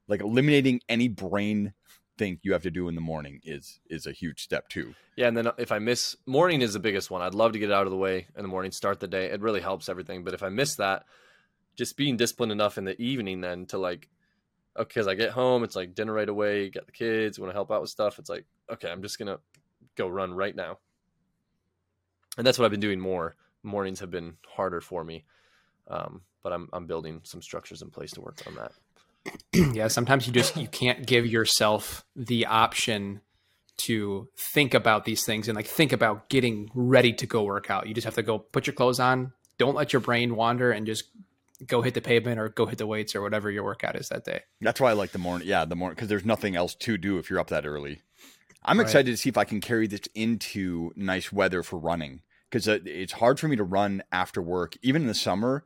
C: like eliminating any brain think you have to do in the morning is is a huge step too.
A: yeah. And then uh, if I miss morning is the biggest one. I'd love to get it out of the way in the morning, start the day. It really helps everything. But if I miss that, just being disciplined enough in the evening then to like because I get home, it's like dinner right away, got the kids, want to help out with stuff. It's like, okay, I'm just gonna go run right now. And that's what I've been doing more. Mornings have been harder for me. Um, but I'm I'm building some structures in place to work on that.
B: yeah sometimes you just you can't give yourself the option to think about these things and like think about getting ready to go work out you just have to go put your clothes on don't let your brain wander and just go hit the pavement or go hit the weights or whatever your workout is that day
C: That's why I like the morning. Yeah, the morning because there's nothing else to do if you're up that early. I'm
B: Right.
C: excited to see if I can carry this into nice weather for running because it's hard for me to run after work, even in the summer.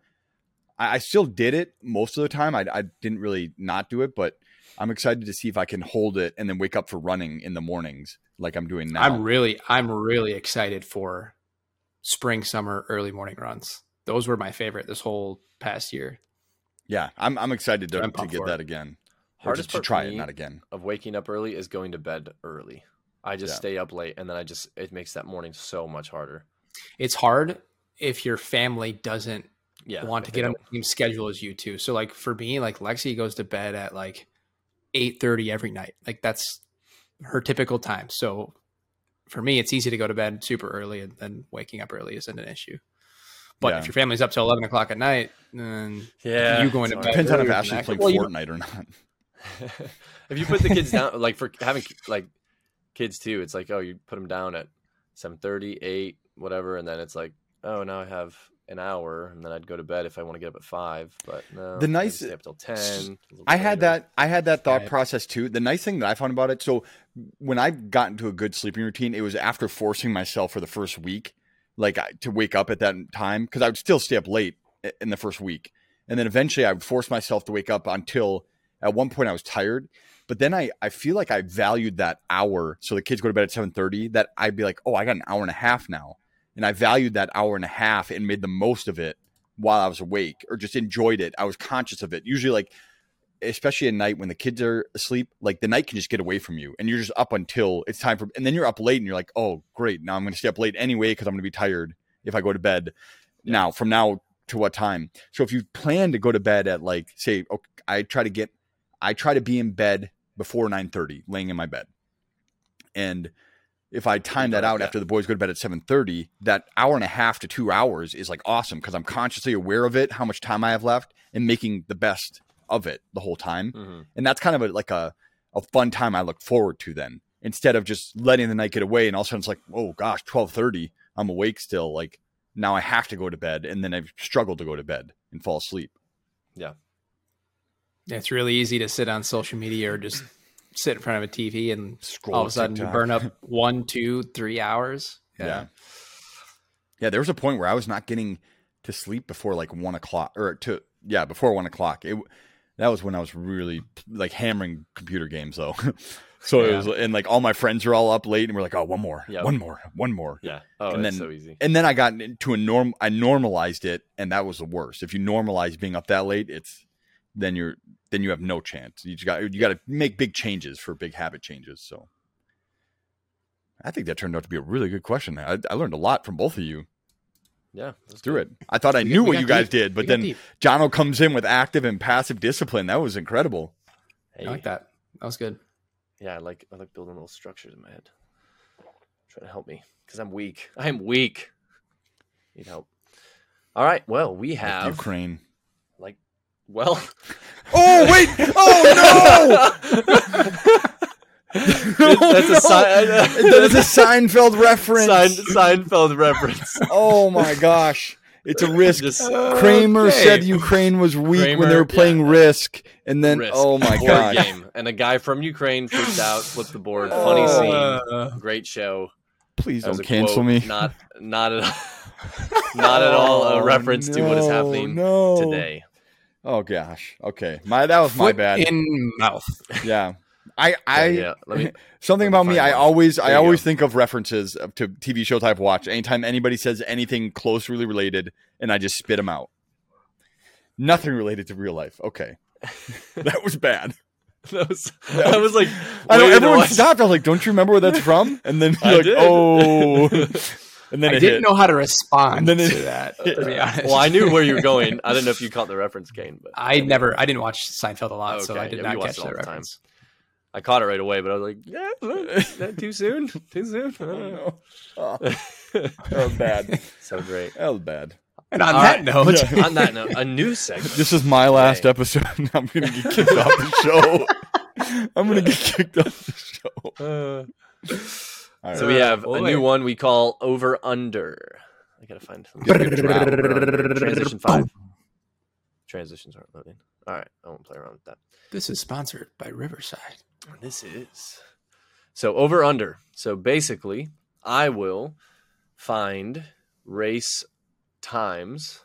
C: I, I still did it most of the time. I, I didn't really not do it, but I'm excited to see if I can hold it and then wake up for running in the mornings like I'm doing now.
B: i'm really i'm really excited for spring summer early morning runs those were my favorite this whole past year
C: yeah, I'm I'm excited to,
B: I'm
C: to
B: pumped
C: get
B: for
C: that
B: it.
C: again. Or
A: Hardest
C: to, to
A: part for
C: try it,
A: me-
C: not again.
A: Of waking up early is going to bed early. I just
C: Yeah.
A: stay up late and then I just it makes that morning so much harder.
B: it's hard if your family doesn't
A: Yeah.
B: want to
A: if
B: get
A: I
B: on
A: don't-
B: the same schedule as you two. So like for me, like Lexi goes to bed at like eight thirty every night. Like that's her typical time. So for me, it's easy to go to bed super early, and then waking up early isn't an issue. But
C: Yeah.
B: if your family's up till eleven o'clock at night, then
A: Yeah.
B: you going to
A: it's
B: bed
A: hard.
C: Depends on if
B: earlier
C: Ashley's
B: than
C: playing
B: that. Well, you-
C: Fortnite or not.
A: if you put the kids down like for having like kids too it's like oh you put them down at 7.30 8 whatever and then it's like oh now i have an hour and then i'd go to bed if i want to get up at 5 but no
C: The
A: I
C: nice-
A: stay up till 10 a little
C: I
A: later.
C: had that. I had that thought
B: Right.
C: process too. The nice thing that I found about it, so when I got into a good sleeping routine, it was after forcing myself for the first week, like I, to wake up at that time because I would still stay up late i- in the first week, and then eventually I would force myself to wake up until at one point I was tired. But then I, I feel like I valued that hour. So the kids go to bed at seven thirty. That I'd be like, oh, I got an hour and a half now, and I valued that hour and a half and made the most of it while I was awake, or just enjoyed it. I was conscious of it. Usually, like especially at night when the kids are asleep, like the night can just get away from you and you're just up until it's time for, and then you're up late and you're like, oh, great. Now I'm going to stay up late anyway because I'm going to be tired if I go to bed now from now to what time. So if you plan to go to bed at like, say, okay, I try to get, I try to be in bed before 930 laying in my bed. And if I time that
A: Yeah.
C: out after the boys go to bed at 7:30, that hour and a half to 2 hours is like awesome because I'm consciously aware of it, how much time I have left and making the best of it the whole time.
A: Mhm.
C: And that's kind of a, like a a fun time I look forward to then instead of just letting the night get away and all of a sudden it's like, "Oh gosh, 12:30, I'm awake still." Like Now I have to go to bed, and then I struggle to go to bed and fall asleep.
B: Yeah, It's really easy to sit on social media or just sit in front of a TV and
C: Scroll
B: all of a sudden you
C: TikTok.
B: burn up one, two, three hours.
C: Yeah. Yeah, there was a point where I was not getting to sleep before like one o'clock or to yeah before one o'clock. It that was when I was really like hammering computer games though. so it
B: Yeah.
C: was and like all my friends are all up late and we're like, oh, one more,
A: Yep.
C: one more, one more.
A: Yeah. Oh,
C: And
A: it's
C: then-
A: so easy.
C: And then I got into a norm. I normalized it, and that was the worst. If you normalize being up that late, it's then you're then you have no chance. You just got you got to make big changes for big habit changes. So. I think that turned out to be a really good question. I, I learned a lot from both of you
A: Yeah. Let's
C: through it. I thought I
B: We-
C: knew
B: we
C: what
B: got
C: you guys
B: deep.
C: did,
B: We
C: but
B: got
C: then
B: deep.
C: Jono comes in with active and passive discipline. That was incredible.
A: Hey.
B: I like that. That was good.
A: Yeah, I like I like building little structures in my head. Trying to help me because I'm weak. I am weak. Need help. All right. Well, we
C: Like
A: have
C: Ukraine.
A: like well.
C: Oh wait! Oh no!
A: That's a sign-
C: that is a Seinfeld reference.
A: Sein- Seinfeld reference.
C: Oh my gosh! It's a risk.
A: Just
C: Kramer
B: Okay.
C: said Ukraine was weak when they
A: Kramer,
C: were playing
A: yeah.
C: Risk, and then
A: Risk.
C: oh my
A: Board
C: gosh!
A: game. And a guy from Ukraine freaked out, flipped the board. Funny scene.
B: Uh,
A: Great show.
C: Please
A: That was
C: Oh. don't
A: a
C: cancel
A: quote,
C: me.
A: Not not at all. not at all a
C: Oh,
A: reference to what is
C: no,
A: happening
C: no.
A: today.
C: Oh gosh. Okay, my that was my
B: Foot
C: bad.
B: In mouth.
C: Yeah, I I.
A: So, yeah. Let me Let
C: Something
A: me
C: about me,
A: find
C: I
A: one.
C: always, I
A: There you
C: always
A: go.
C: think of references of- to TV shows I've watched. Anytime anybody says anything closely related, and I just spit them out. Nothing related to real life. Okay, that was bad.
A: That was,
C: That
A: I was like,
C: I know
A: wait,
C: everyone
A: what?
C: stopped. I was like, "Don't you remember where that's from?" And then
A: I
C: you're like,
A: did.
C: "Oh," and then
B: I
C: it
B: didn't
C: hit.
B: know how to respond
C: And then it-
B: to that. To be honest.
A: Well, I knew where you were going. I didn't know if you caught the reference, Kane, but
B: I never. I didn't watch Seinfeld a lot, so
A: Okay,
B: I did
A: yeah, we
B: not
A: watched
B: catch
A: it all
B: that
A: the time.
B: reference.
A: I caught it right away. But I was like, yeah, look, not too soon, too soon. I
C: Oh,
A: don't know.
C: no. Oh, that was bad.
A: so great.
C: That was bad.
B: And on
A: All
B: that
A: right.
B: note,
A: On that note, a new segment.
C: This is my last
A: Okay.
C: episode. and I'm gonna get kicked off the show. I'm gonna get kicked off the show.
A: Uh,
C: All
A: so we have
B: Oh,
A: a
B: wait.
A: new one we call over under. I gotta find Over-under. transition five. Transitions aren't loading. All right, I won't play around with that.
B: this is sponsored by Riverside.
A: This is so over under. So basically, I will find race times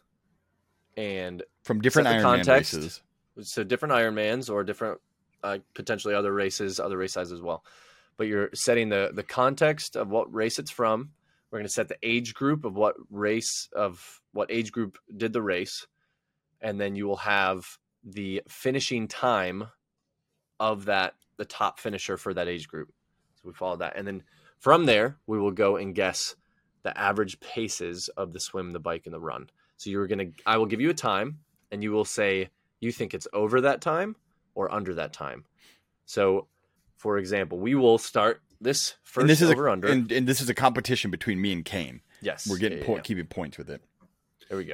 A: and
C: from different
A: the
C: Iron
A: context.
C: Man races.
A: so different Ironmans or different uh, potentially other races, other race sizes as well. But you're setting the the context of what race it's from. We're going to set the age group of what race of what age group did the race, and then you will have the finishing time of that the top finisher for that age group. So we follow that, and then from there we will go and guess the average paces of the swim, the bike, and the run. So you're gonna I will give you a time, and you will say you think it's over that time or under that time. So, for example, we will start this first
C: and this is
A: over
C: a,
A: under.
C: And, and this is a competition between me and Kane.
A: yes,
C: We're getting
A: yeah, yeah,
C: po-
A: yeah.
C: keeping points with it.
A: There we go.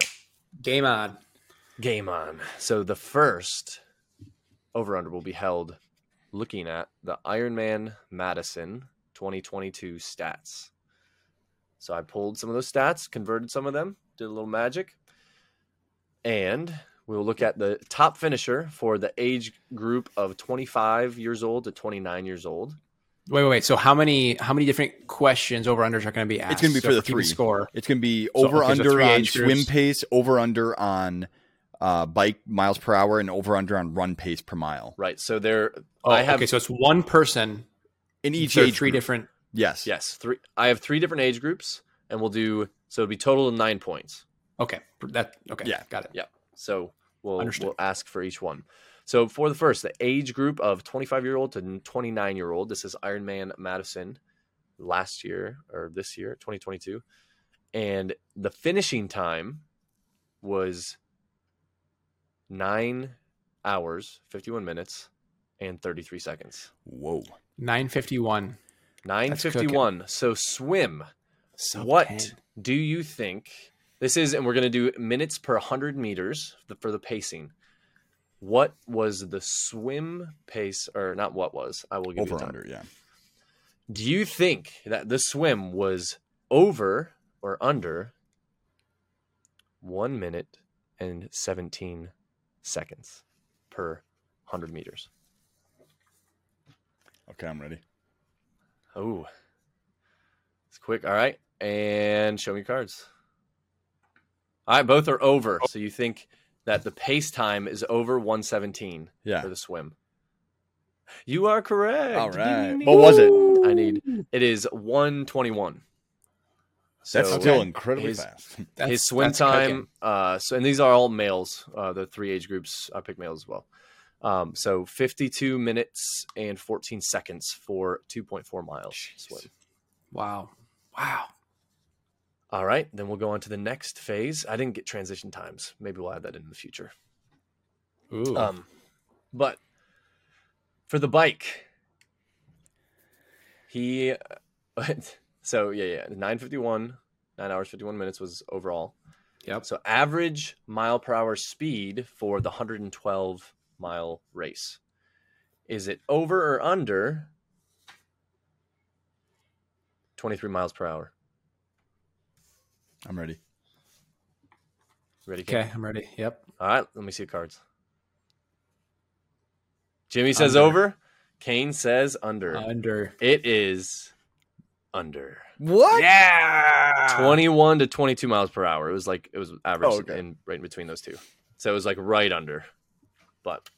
B: Game on.
A: Game on. So the first over under will be held looking at the Ironman Madison 2022 stats. So I pulled some of those stats, converted some of them, did a little magic. And we will look at the top finisher for the age group of 25 years old to 29 years old.
B: Wait, wait, wait. So how many how many different questions over unders are going to be asked?
C: gonna be
B: So
C: for
B: if
C: the
B: we
C: three.
B: keep a score.
C: It's going to be
B: So,
C: over
B: okay, so
C: under
B: three
C: on
B: age
C: swim
B: groups.
C: pace, over under on uh, bike miles per hour, and over under on run pace per mile
A: Right. So there,
B: Oh,
A: I have
B: okay. So it's one person.
C: in each
B: so
C: age.
B: three
C: group.
B: different.
C: Yes.
A: yes, three. I have three different age groups, and we'll do so. It'll be total of nine points.
B: Okay, that okay.
C: Yeah.
B: got it.
A: So we'll
B: Understood.
A: we'll ask for each one. So for the first, the age group of 25 year old to 29 year old. This is Ironman Madison last year or this year, 2022, and the finishing time was nine hours, 51 minutes, and 33 seconds.
C: Whoa.
B: Nine fifty one.
A: 9:51. So swim.
B: So
A: what
B: ten.
A: do you think this is? And we're going to do minutes per 100 meters for the, for the pacing. What was the swim pace, or not what was? I will give you
C: Over
A: the time.
C: under. Yeah.
A: Do you think that the swim was over or under one minute and 17 seconds per 100 meters.
C: Okay, I'm ready.
A: Oh, it's quick. All right. And show me your cards. All right. Both are over.
C: Oh.
A: So you think that the pace time is over 117
C: Yeah.
A: for the swim. You are correct.
C: All right.
A: Ding,
C: What was it?
A: ding. I need it is 121.
C: That's
A: So-
C: still incredibly
A: His-
C: fast.
B: That's,
A: his swim
B: that's
A: time.
B: cooking.
A: Uh, so and these are all males. Uh, the three age groups I picked males as well. Um, so 52 minutes and 14 seconds for 2.4 miles swim.
B: Wow. Wow.
A: All right, then we'll go on to the next phase. I didn't get transition times. Maybe we'll add that in the future.
B: Ooh.
A: Um, but for the bike, he so yeah yeah nine fifty one nine hours fifty one minutes was overall.
B: Yep.
A: So average mile per hour speed for the hundred and twelve mile race is it over or under twenty three miles per hour?
C: I'm ready.
A: Ready? Cam?
B: okay, I'm ready. Yep.
A: All right, let me see your cards. Jimmy says
B: Under.
A: over. Kane says under.
C: Uh,
B: Under.
A: it is under.
C: What?
B: Yeah.
A: 21 to 22 miles per hour. It was like it was average
C: Ah. Oh, okay.
A: in right in between those two. So it was like right under. But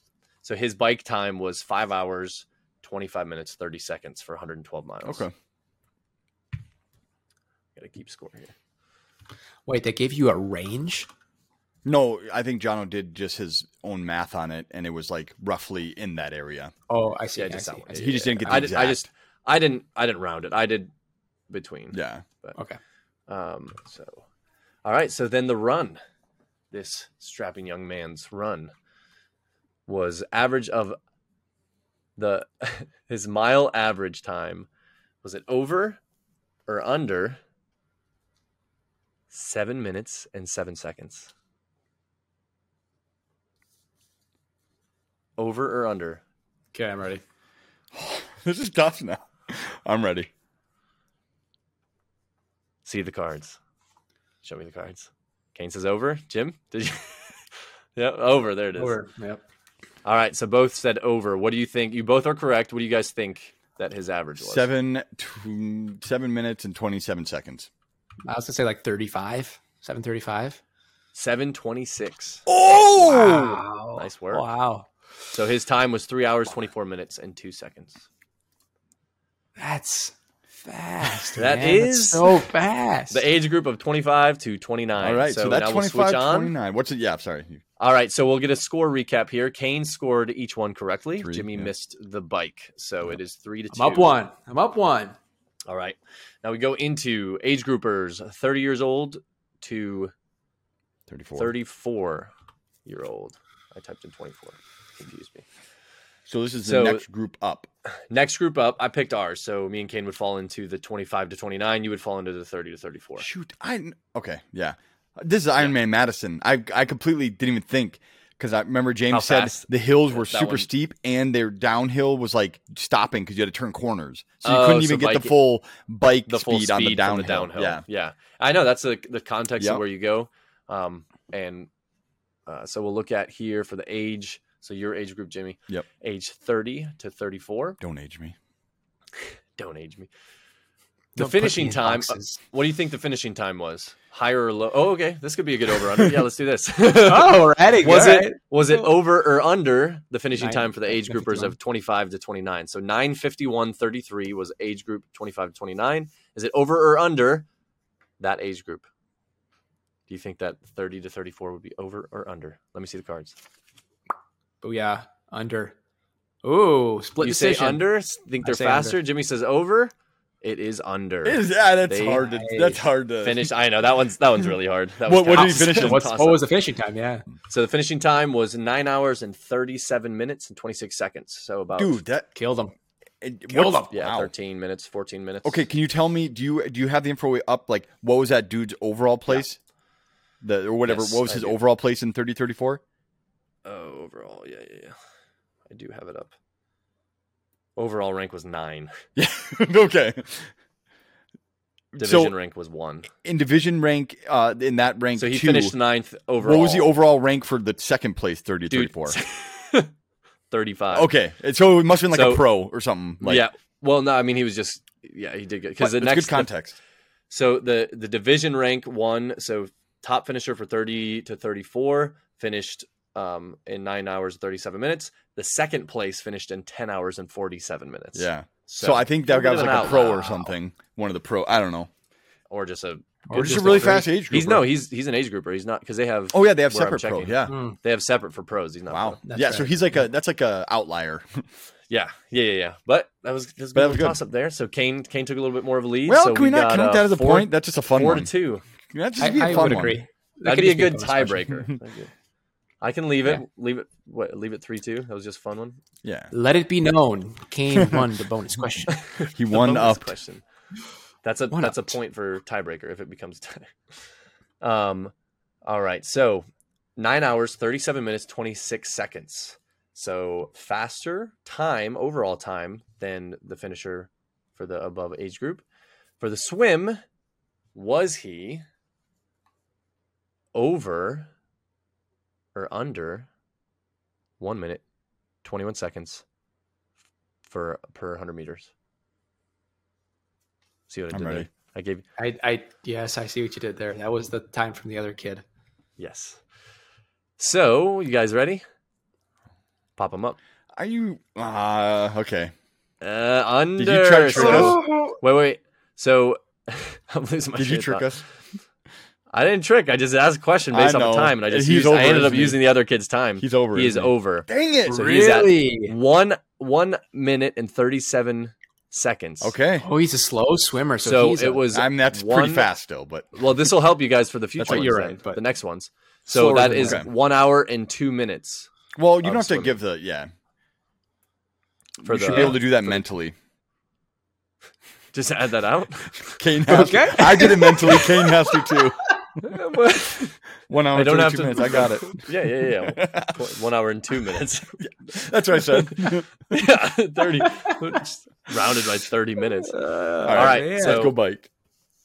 A: so his bike time was 5 hours 25 minutes 30 seconds for 112 miles.
C: Okay.
A: Got to keep score here.
B: Wait, they gave you a range?
C: No, I think Jono did just his own math on it, and it was like roughly in that area.
B: Oh, I see.
A: Yeah,
B: I
A: just
B: see,
A: that one.
B: I see.
C: He just didn't get the
A: I did,
C: exact.
A: I just I didn't I didn't round it. I did between.
C: yeah.
B: Okay.
A: Um, so, all right. So then the run, this strapping young man's run, was average of the his mile average time. Was it over or under? Seven minutes and seven seconds. Over or under?
B: Okay, I'm ready.
C: This is tough now. I'm ready.
A: See the cards. Show me the cards. Kane says over. Jim, did you? yeah, over. There it is.
B: Over. Yep.
A: All right, so both said over. What do you think? You both are correct. What do you guys think that his average was?
C: Seven, tw- seven minutes and twenty-seven seconds.
B: I was gonna say like 35, 735.
A: Seven twenty-six.
C: Oh,
B: Wow.
A: Nice work.
B: Wow.
A: So his time was three hours twenty-four minutes and two seconds.
B: That's fast.
A: That
B: man. That's
A: is-
B: so fast.
A: The age group of twenty-five to twenty-nine.
C: all right. So, that's
A: now we'll switch
C: 25,
A: on.
C: 29. What's it? Yeah, sorry. You-
A: All right, so we'll get a score recap here. Kane scored each one correctly.
C: Three,
A: Jimmy
C: yeah.
A: missed the bike, so it is three to two.
B: I'm up one. I'm up one.
A: All right. Now we go into age groupers: thirty years old to
C: 34.
A: thirty-four year old. I typed in twenty-four. Confused me.
C: So this is the
A: So-
C: next group up.
A: Next group up, I picked ours. So me and Kane would fall into the 25 to 29. You would fall into the 30 to 34.
C: Shoot, I kn- okay, yeah. This is Iron Man Madison. I I completely didn't even think because I remember
A: How
C: James said
A: fast?
C: the hills were
A: That- that
C: super
A: one-
C: steep and their downhill was like stopping because you had to turn corners, so you
A: Oh,
C: couldn't
A: so
C: even get
A: bike-
C: the full bike
A: The
C: speed,
A: full speed
C: on the
A: from
C: downhill. Yeah,
A: I know that's the, the context
C: Yep.
A: of where you go. Um, and uh, so we'll look at here for the age. So your age group, Jimmy.
C: Yep.
A: Age 30 to 34.
C: don't age me.
A: Don't age me. The
B: Don't put
A: finishing
B: me in
A: time. uh,
B: boxes.
A: what do you think the finishing time was? Higher or low? Oh, okay. This could be a good over under. yeah, let's do this.
B: oh, already.
A: was
B: all
A: it
B: right.
A: was it over or under the finishing
B: Nine-
A: time for the age groupers
B: 9:51.
A: of 25 to 29 so 951.33 was age group 25 to 29 is it over or under that age group do you think that 30 to 34 would be over or under let me see the cards
B: Booyah. Oh, Under. Ooh, split
A: you
B: decision.
A: say under s- think
B: I
A: they're
B: say under.
A: faster jimmy says over it is under
C: It is, yeah, that's
A: They-
C: hard to. That's hard to
A: finish i know that one's that one's really hard that
C: What-
A: was
C: what did he
A: tough.
C: finish in?
B: What's,
A: Toss
B: what
A: up.
B: was the finishing time? Yeah.
A: so the finishing time was 9 hours and 37 minutes and 26 seconds so about
C: Dude, that
B: Killed them.
C: it-
B: Killed
C: what's-
A: yeah
C: wow.
A: 13 minutes 14 minutes
C: Okay, can you tell me? Do you do you have the info up? Like, what was that dude's overall place? The or whatever.
A: Yes,
C: what was
A: I
C: his
A: do.
C: overall place in thirty thirty four?
A: Oh, overall, yeah, yeah, yeah. I do have it up. Overall rank was nine.
C: Yeah. okay.
A: Division rank was one,
C: in division rank, uh, in that rank,
A: so he
C: two,
A: finished ninth overall.
C: What was the overall rank for the second place? 30
A: Dude,
C: 34.
A: 35.
C: Okay, and so it must have been like a
A: So-
C: pro or something. Like,
A: yeah. Well, no, I mean he was just yeah he did good because the
C: it's
A: next
C: good context.
A: so the the division rank one so top finisher for 30 to 34 finished um in nine hours and 37 minutes. The second place finished in 10 hours and 47 minutes.
C: yeah. So, I think that
A: little
C: guy
A: bit
C: was
A: of
C: like
A: an
C: a pro
A: outlier.
C: or something. One of the pro. I don't know.
A: or just a
C: Or just,
B: just
C: a really
B: a
A: very-
C: fast age group.
A: he's no he's he's an age grouper. He's not because they have
C: Oh yeah, they have
A: where I'm
C: separate pro.
A: checking. Oh,
C: Yeah.
B: Mm.
A: They have separate for pros. He's not.
C: Wow.
B: That's
C: yeah. So
B: right.
C: he's like a that's like a outlier.
A: Yeah. Yeah. Yeah. Yeah. But that was that was, a good
C: But that
A: little
C: was good.
A: toss up there. So Kane Kane took a little bit more of a lead.
C: well,
A: so
C: can we,
A: got,
C: not count
A: uh,
C: that as a
A: four-
C: point? That's just a fun
A: Four to
C: one.
A: two.
C: That's just be a
B: I, I
C: fun
B: would
C: one.
B: agree. That
A: That'd
B: could
A: be a
B: just
A: good
B: bonus question.
A: tiebreaker. That'd be- I can leave it. Leave it. What, leave it three two. That was just a fun one.
C: Yeah.
B: Let it be known, Kane won the bonus question.
C: He
A: The
C: won
A: bonus
C: up.
A: question. That's a
B: One
A: that's
B: upped.
A: a point for tiebreaker if it becomes a tie. Um, all right. So nine hours, thirty seven minutes, twenty six seconds. So faster time overall time than the finisher for the above age group. For the swim, was he over or under one minute, twenty one seconds for per hundred meters? See what I
C: I'm
A: did there?
C: ready.
A: I gave
B: I, I yes, I see what you did there. That was the time from the other kid.
A: Yes. So, you guys ready? Pop them up.
C: Are you uh okay.
A: Uh, under.
C: Did you try to trick
A: so-
C: us?
A: Wait, wait. wait. So, I'm losing my
C: Did you
A: train of
C: trick
A: thought.
C: us?
A: I didn't trick. I just asked a question
C: I
A: based on
C: know.
A: the time, and I just
C: He's
A: used,
C: over,
A: I ended up
C: isn't he?
A: using the other kid's time.
C: He's over.
A: he is
C: isn't
A: over.
C: Dang it.
A: So he's at-
B: really?
A: One one minute and thirty seven seconds.
C: Okay.
B: oh, he's a slow swimmer, so,
A: So,
B: he's
A: it
B: a-
A: was.
C: I mean that's
A: one-
C: pretty fast still, but
A: Well, this will help you guys for the future.
C: what
A: ones
C: you're
A: then,
B: right, but-
A: the next ones. So
B: Slower
A: that
B: than
A: is
C: that.
A: one hour and two minutes
C: well, you
A: I
C: don't have
A: was
C: to
A: swimming.
C: give the yeah.
A: for
C: you
A: the.
C: should be able to do that mentally.
A: just add that out.
C: Kane has to-
B: Okay.
C: I did it mentally. Kane has to too. One hour
A: I
C: and
A: don't have
C: 32
A: to.
C: minutes. I got it.
A: yeah, yeah, yeah. Well, tw- One hour and two minutes.
C: That's what I said.
A: yeah, thirty. Just rounded by thirty minutes.
C: All
A: All right,
B: man.
A: so
C: Let's go bike.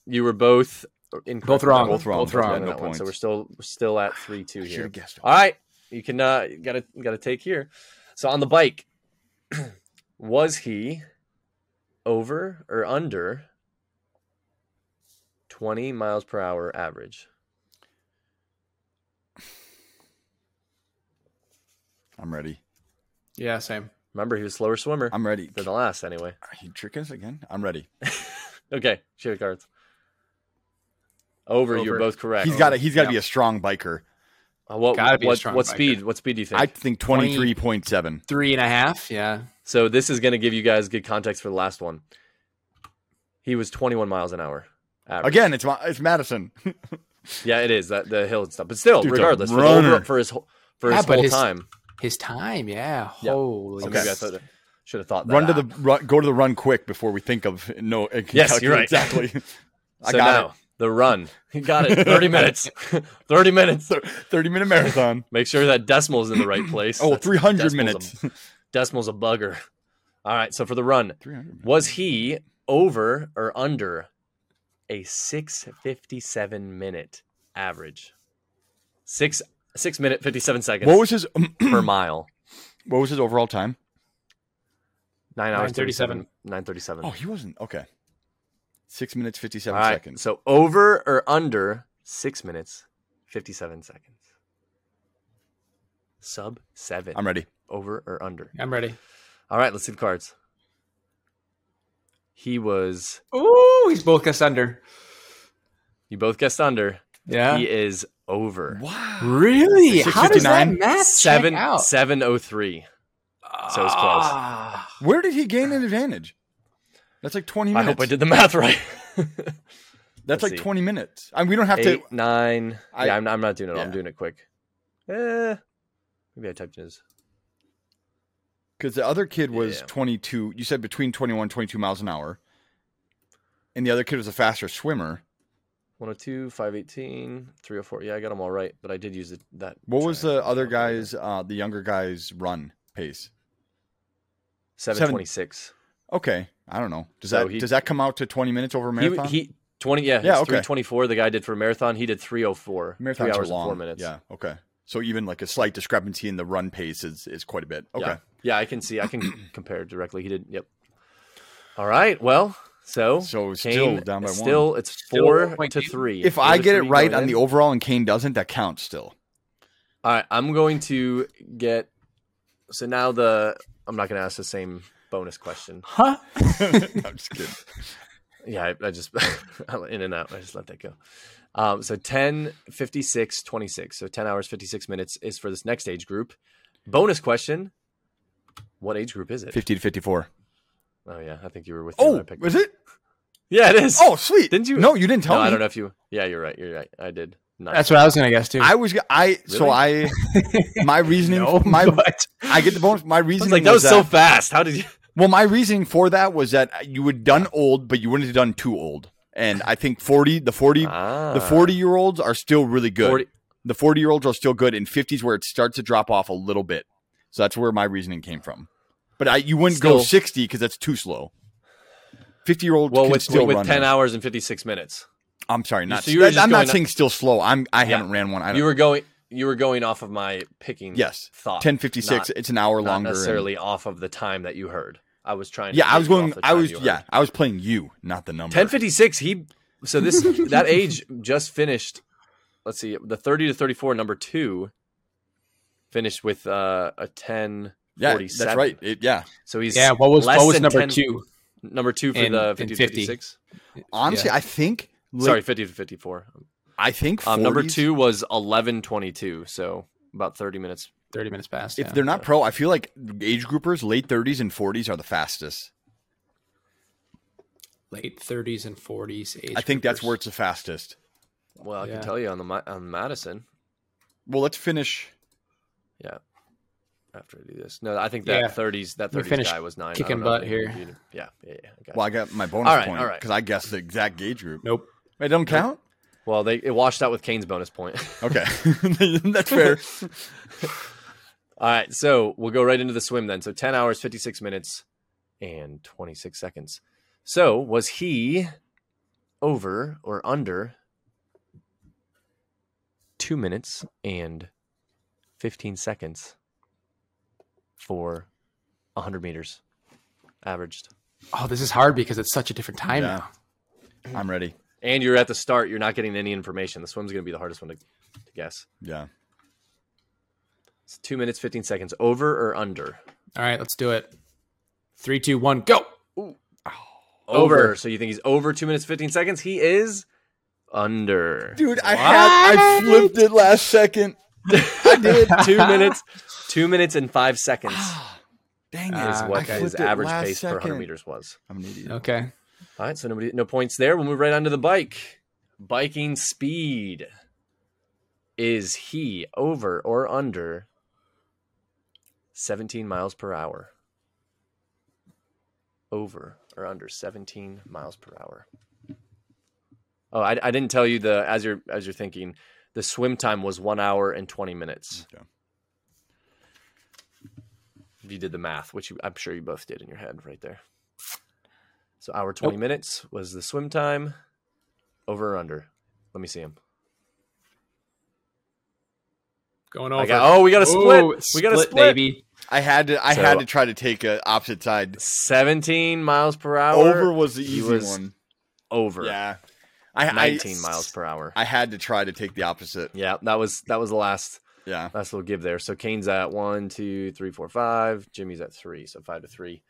A: you were both in
B: Both wrong.
C: Both wrong.
B: Both wrong.
C: Yeah, no
A: So
C: points.
A: we're still we're still at three two
C: Should
A: here.
C: have guessed.
A: All right, you can uh, got to got to take here. So on the bike, was he over or under twenty miles per hour average?
C: I'm ready.
B: yeah, same.
A: Remember, he was a slower swimmer
C: I'm ready.
A: than the last anyway.
C: Are you tricking us again? I'm ready.
A: Okay, show your cards. Over, you're
B: Over.
A: both correct.
C: He's got to. He's got to
B: Yeah.
C: be a strong biker.
A: Uh, What
B: Gotta
A: what,
B: be a strong
A: what
B: biker.
A: speed? What speed do you think?
C: I think 23.7.
B: Three and a half. Yeah.
A: So this is going to give you guys good context for the last one. He was 21 miles an hour. average.
C: Again, it's Ma- it's Madison.
A: Yeah, it is that the hill and stuff. But still,
C: Dude's a
A: regardless, for, the
C: runner.
A: overall- for his whole- for his
B: Yeah, but
A: whole
B: his-
A: time.
B: His time. Yeah.
A: Yeah.
B: Holy.
A: So
C: Okay.
A: maybe I thought, should have thought that
C: run to
A: out.
C: the run, go to the run quick before we think of no. uh,
A: Yes, you're right.
C: Exactly. I
A: So
C: got
A: now, the run. You got it. 30 minutes. 30 minutes.
C: it. 30 minute marathon.
A: Make sure that decimal's in the right place.
C: Oh,
A: That's-
C: 300
A: decimal's a-
C: minutes.
A: decimal's a bugger. All right, so for the run,
C: 300.
A: Was he over or under a 657 minute average? Six six minute 57 seconds
C: What was his
A: per mile.
C: what was his overall time?
A: Nine hours
B: 937.
A: 37. 937.
C: Oh, he wasn't okay. Six minutes fifty
A: All
C: seven
A: right.
C: seconds.
A: So over or under six minutes 57 seconds. Sub seven.
C: I'm ready.
A: Over or under.
B: I'm ready.
A: All right, let's see the cards. He was
B: Ooh, he's both guessed under.
A: you both guessed under.
B: Yeah.
A: He is over.
C: Wow.
B: Really?
C: Six
B: How does that
C: 59?
B: math
A: Seven
B: check out?
A: seven oh three. so it's close.
B: Ah.
C: Where did he gain an advantage? That's like twenty
A: I
C: minutes.
A: hope I did the math right.
C: That's
A: Let's
C: like
A: see.
C: twenty minutes. I mean, we don't have
A: Eight,
C: to.
A: nine.
C: I-
A: yeah, I'm not, I'm not doing it. I'm
C: yeah.
A: doing it quick. Eh, maybe I typed in his.
C: Because the other kid was
A: Yeah.
C: 22, you said between 21 22 miles an hour. And the other kid was a faster swimmer.
A: 102, 518, 304. Yeah, I got them all right, but I did use it, that.
C: What was
A: track.
C: the other guy's, uh, the younger guy's run pace?
A: 726.
C: Okay. I don't know. Does
A: So
C: that
A: he-
C: does that come out to 20 minutes over a
A: He,
C: marathon?
A: he Twenty, yeah,
C: Yeah,
A: yeah,
C: okay.
A: three twenty four. The guy did for a marathon. He did three oh four.
C: Marathons
A: three
C: are
A: hours
C: long.
A: and four minutes.
C: Yeah. Okay. So even like a slight discrepancy in the run pace is is quite a bit. Okay.
A: Yeah. Yeah, I can see. I can compare directly. He did. Yep. All right. Well, so
C: So
A: Kane
C: still down by
A: is
C: one.
A: Still, it's
B: Still
A: four
B: one point
A: to
B: game.
A: three.
C: If
A: Four
C: I
A: to
C: get it
A: three
C: right
A: going
C: on the
A: in.
C: overall and Kane doesn't, that counts still.
A: All right, I'm going to get. So now the I'm not going to ask the same bonus question.
B: Huh?
C: I'm just kidding.
A: Yeah, I, I just in and out. I just let that go. Um, so 10, 56, 26. So 10 hours, 56 minutes is for this next age group. Bonus question. What age group is it?
C: Fifty to fifty-four.
A: Oh, yeah. I think you were with me when
C: Oh,
A: I picked
C: is it?
A: Yeah, it is.
C: Oh, sweet.
A: Didn't you-
C: No, you didn't tell
A: no,
C: me.
A: I don't know if you. Yeah, you're right. You're right. I did. Nine.
B: That's what I was gonna guess too. Oh
C: I was I so I my reasoning
B: no,
C: my
B: but
C: I get the bonus. My
A: I was
C: reasoning
A: like, that was
C: was
A: so fast. How did you?
C: well, my reasoning for that was that you would done old, but you wouldn't have done too old. And I think forty, the forty,
A: Ah,
C: the forty year olds are still really good.
A: 40
C: the 40 year olds are still good in 50s where it starts to drop off a little bit so that's where my reasoning came from but I, you wouldn't go
A: Still-
C: 60 because that's too slow 50 year old
A: well,
C: can
A: with,
C: still
A: with
C: run
A: 10
C: it.
A: hours and 56 minutes.
C: i'm sorry not
A: so you were
C: that-
A: just
C: i'm not
A: going up-
C: saying still slow i'm i
A: Yeah.
C: haven't ran one i don't
A: You were going. You were going off of my picking.
C: yes
A: Thought. Not,
C: 1056 it's an hour
A: not
C: longer and-
A: necessarily off of the time that you heard. I was trying. To
C: yeah
A: get
C: i was
A: you off
C: going
A: the
C: i
A: time
C: was
A: you heard.
C: yeah i was playing you not the number
A: 1056 he so this that age just finished let's see the 30 to 34 number 2 finished with uh, a 10
C: yeah
A: 47.
C: that's right It- yeah
A: so he's
B: yeah, what was
A: less
B: what was
A: than
B: number
A: 10
B: two?
A: number 2 for
B: And-
A: the
B: and
A: 50 to
B: 50.
A: 56
C: honestly i think like,
A: sorry 50 to 54
C: i think
A: um, number
C: 40s
A: 2 was 1122 so about 30 minutes
B: Thirty minutes past.
C: if
B: yeah.
C: they're not pro i feel like age groupers late 30s and 40s are the fastest
B: late thirties and forties,
C: I think that's where it's the fastest.
A: well i
B: Yeah.
A: can tell you on the Ma- on Madison
C: Well, let's finish.
A: after I do this no I think that
B: Yeah.
A: 30s that
B: We
A: 30s
B: finished
A: guy was 9 I don't
B: kicking
A: know.
B: butt here.
A: yeah yeah yeah I got
C: Well,
A: you.
C: I got my bonus
A: All right,
C: point
A: all right.
C: because I guessed the exact gauge group.
B: nope.
C: It don't count.
A: well they it washed out with Kane's bonus point
C: Okay, that's fair.
A: All right, so we'll go right into the swim then. So 10 hours, 56 minutes, and 26 seconds. So was he over or under two minutes and 15 seconds for 100 meters averaged?
B: Oh, this is hard because it's such a different time
C: Yeah.
B: now.
C: I'm ready.
A: And you're at the start, you're not getting any information. The swim's going to be the hardest one to, to guess.
C: Yeah.
A: It's two minutes, 15 seconds, over or under?
B: All right, let's do it. Three, two, one, go.
A: Over.
B: Over.
A: So you think he's over two minutes, 15 seconds? He is under.
C: Dude, I had I flipped it last second. I did.
A: two minutes, two minutes and five seconds
C: Dang it!
A: is
B: Ah,
A: what
C: I
A: his
C: flipped it
A: average
C: last
A: pace per
C: second.
A: hundred meters was.
C: I'm an idiot.
B: Okay.
A: All right, so nobody, no points there. We'll move right on to the bike. Biking speed. Is he over or under 17 miles per hour? Over or under 17 miles per hour. Oh, I, I didn't tell you the as you're as you're thinking, the swim time was one hour and 20 minutes.
C: Okay.
A: If you did the math, which you, I'm sure you both did in your head right there. So
C: Oh.
A: hour 20 minutes was the swim time. Over or under? Let me see him.
B: Going
A: I
B: over.
A: got, oh, we got a split.
B: Ooh,
A: we got a
B: split,
A: split.
B: baby.
C: I had to. I
A: So-
C: had to try to take a opposite side.
A: 17 miles per hour.
C: Over was the
A: he
C: easy
A: was
C: one.
A: Over.
C: Yeah. I,
A: 19
C: I,
A: miles per hour.
C: I had to try to take the opposite.
A: yeah, that was that was the last
C: Yeah.
A: last little give there. So Kane's at one, two, three, four, five. Jimmy's at three, so five to three.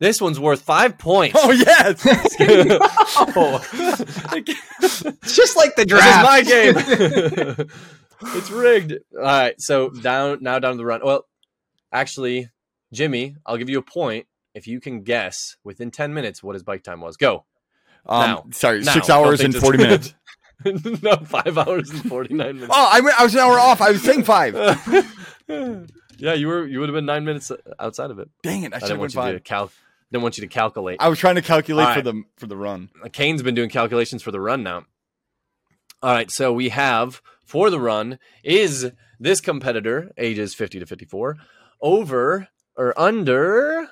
A: This one's worth five points.
C: Oh yes. Um,
B: Just like the
A: This is
B: draft.
A: my game. it's rigged. All right, so down now down to the run. Well, actually, Jimmy, I'll give you a point if you can guess within ten minutes what his bike time was. Go.
C: Um,
A: Now.
C: sorry,
A: Now.
C: six
A: Don't
C: hours
A: think
C: and
A: this-
C: forty minutes.
A: no, five hours and forty nine minutes.
C: Oh, I, went- I was an hour off. I was saying five.
A: yeah, you were you would have been nine minutes outside of it.
C: Dang it! I
A: I
C: should
A: didn't
C: have went
A: want you
C: five.
A: to cal- didn't want you to calculate.
C: I was trying to calculate
A: All
C: for
A: right.
C: the for the run.
A: Kane's been doing calculations for the run now. All right, so we have for the run is this competitor ages 50 to 54 over or under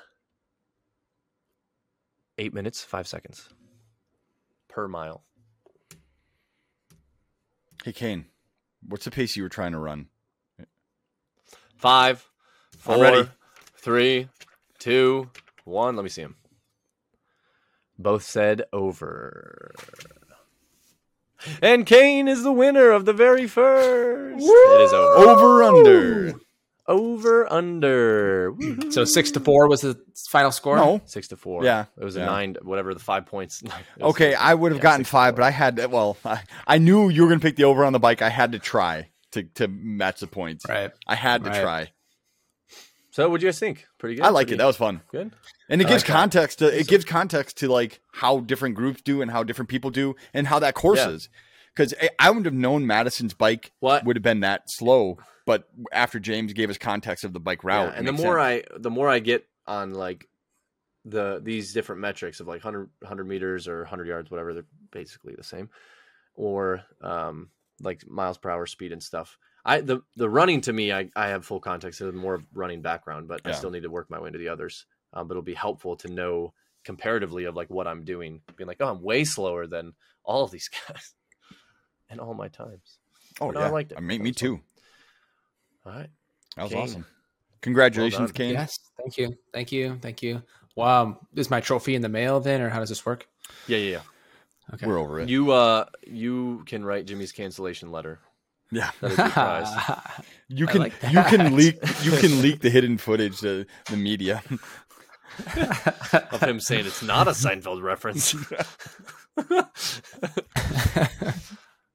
A: 8 minutes 5 seconds per mile.
C: Hey Kane, what's the pace you were trying to run?
A: Five,
C: I'm
A: four,
C: ready.
A: three, two, one. Let me see him. Both said over. And Kane is the winner of the very first. It is over.
C: Over under.
A: Over under.
B: So six to four was the final score.
C: No.
A: Six to four.
C: Mm-hmm. Yeah,
A: It was a
C: yeah.
A: nine, whatever the five points. It was-
C: Okay, I would have
A: yeah,
C: gotten
A: six to
C: five,
A: four.
C: but I had well, I, I knew you were gonna pick the over on the bike. I had to try to to match the points.
B: Right.
C: I had to
B: Right.
C: try.
A: So what do you guys think? Pretty good.
C: I like it.
A: Pretty
C: That was fun,
A: good.
C: and it
B: I
C: gives
B: like that.
C: context. To, it gives context to like how different groups do and how different people do and how that course
A: Yeah.
C: is. Because I, I wouldn't have known Madison's bike
A: What?
C: would have been that slow, but after James gave us context of the bike route,
A: Yeah, and the more I the more I get on like the these different metrics of like 100, 100 meters or 100 yards whatever they're basically the same or um like miles per hour speed and stuff i the the running to me i, I have full context of more of running background but i
C: Yeah.
A: still need to work my way into the others um, but it'll be helpful to know comparatively of like what i'm doing being like oh i'm way slower than all of these guys and all my times
C: oh
A: no,
C: yeah,
A: I liked it.
C: I mean,
A: That
C: me
A: was fun.
C: too.
A: all right
C: That was
A: Kane.
C: awesome. Congratulations,
A: Well done.
C: Kane.
B: Yes. Thank you. Thank you. Thank you. Wow. Is my trophy in the mail then, or how does this work?
A: yeah yeah
B: Okay.
C: We're over
A: yeah
C: it.
A: you uh you can write jimmy's cancellation letter
C: yeah.
A: That'd be a prize.
C: You
B: I
C: can
B: like
C: you
B: that.
C: can leak you can leak the hidden footage to the media.
A: of him saying it's not a Seinfeld reference.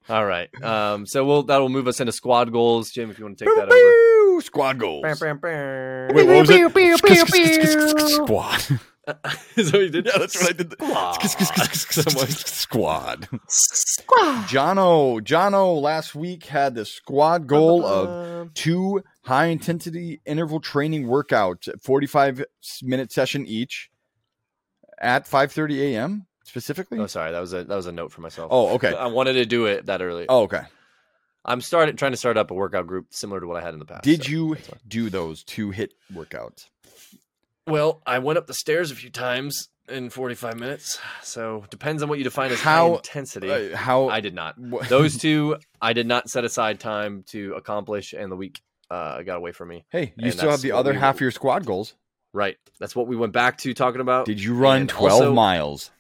A: All right. Um, so we'll that'll move us into squad goals, Jim. If you want to take that over.
C: Woo, Squad goals. Wait, what was it? Squad.
A: Is that what you did?
C: Yeah, that's what I did.
A: Squad.
C: Squad. Jono, Jono last week had the squad goal
A: Uh-huh.
C: of two high intensity interval training workouts, 45 minute session each at 5:30 a.m. specifically.
A: Oh, sorry. That was a that was a note for myself.
C: Oh, okay.
A: I wanted to do it that early.
C: Oh, okay.
A: I'm started trying to start up a workout group similar to what I had in the past.
C: Did
A: so
C: you
A: that's fine.
C: do those two hit workouts?
A: Well, I went up the stairs a few times in 45 minutes. So depends on what you define as high
C: How-
A: intensity.
C: Uh, how
A: I did not.
C: wha-
A: Those two, I did not set aside time to accomplish, and the week uh, got away from me.
C: Hey, you
A: And
C: still have
A: that's
C: the
A: what
C: other
A: we
C: half
A: were-
C: of your squad goals.
A: Right. That's what we went back to talking about.
C: Did you run
A: and
C: 12
A: also-
C: miles?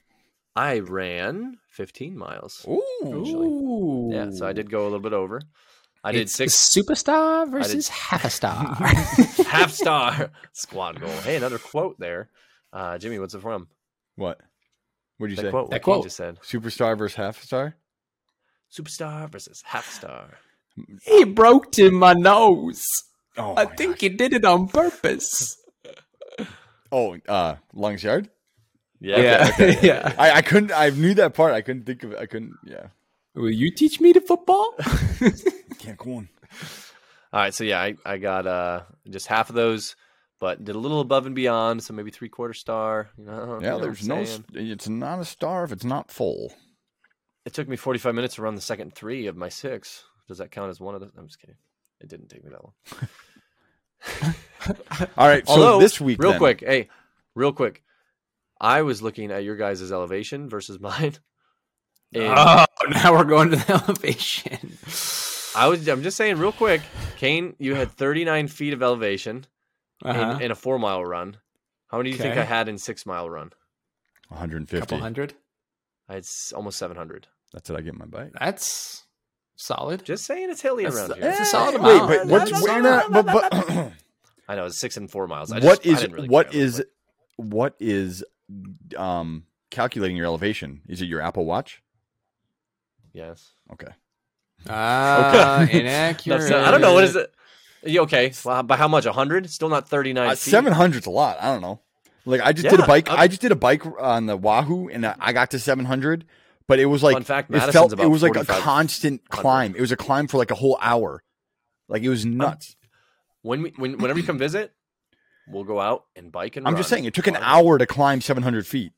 A: I ran 15 miles.
C: Ooh.
B: Ooh.
A: Yeah, so I did go a little bit over. I did
B: It's
A: six
B: Superstar versus half a star.
A: half star squad goal. Hey, another quote there. Uh, Jimmy, what's it from?
C: What? What did
A: That
C: you say?
A: quote.
B: That
A: what Kane
B: quote.
A: just said.
C: Superstar versus half star?
A: Superstar versus half star.
B: he broke to my nose.
C: Oh,
B: I
C: my
B: think
C: gosh.
B: he did it on purpose.
C: Oh, uh, Long's Yard?
A: Yeah.
B: yeah.
C: I, I couldn't, I knew that part. I couldn't think of it. I couldn't, yeah.
B: Will you teach me the football?
C: Can't go on.
A: All right, so yeah, I, I got uh just half of those, but did a little above and beyond, so maybe three quarter star. You know, you know
C: Yeah,
A: what
C: there's
A: I'm
C: no,
A: saying?
C: s- it's not a star if it's not full.
A: It took me 45 minutes to run the second three of my six. Does that count as one of the? I'm just kidding. It didn't take me that long.
C: All right. So
A: Although,
C: this week,
A: real
C: then-
A: quick, hey, real quick, I was looking at your guys' elevation versus mine. And
C: Ah.
B: oh, now we're going to the elevation.
A: I was, I'm just saying, real quick, Kane, you had 39 feet of elevation
B: Uh-huh.
A: in, in a four mile run. How many do you think
B: Okay.
A: I had in six mile run?
B: couple
C: 150.
B: hundred.
A: I had s- almost 700.
C: That's what I get in my bike.
B: That's solid.
A: Just saying, it's hilly
B: That's
A: around
B: the-
A: here.
B: That's a solid
C: Eh,
B: amount.
C: Wait, but what's,
A: That's a
C: wait,
A: solid
C: no, but, but
A: I know it's six and four miles. I
C: What
A: just- I
C: is
A: didn't really
C: what
A: care,
C: is
A: but-
C: what is um calculating your elevation? Is it your Apple Watch?
A: yes.
C: Okay.
B: Ah,
C: Okay.
B: inaccurate.
A: That's not- I don't know what is it. Yeah, okay, well, by how much? hundred? Still not thirty nine.
C: Uh, 700's a lot. I don't know. Like I just did
A: Yeah,
C: a bike
A: I'm-
C: I just did a bike on the Wahoo and I- I got to 700, but it was like
A: Fun fact,
C: it
A: Madison's
C: felt
A: about
C: it was like a
A: 45.
C: constant climb. It was a climb for like a whole hour. Like it was nuts.
A: When we, when whenever you come visit, we'll go out and bike and.
C: I'm,
A: run.
C: just saying it took an
A: Why not?
C: hour to climb 700 feet.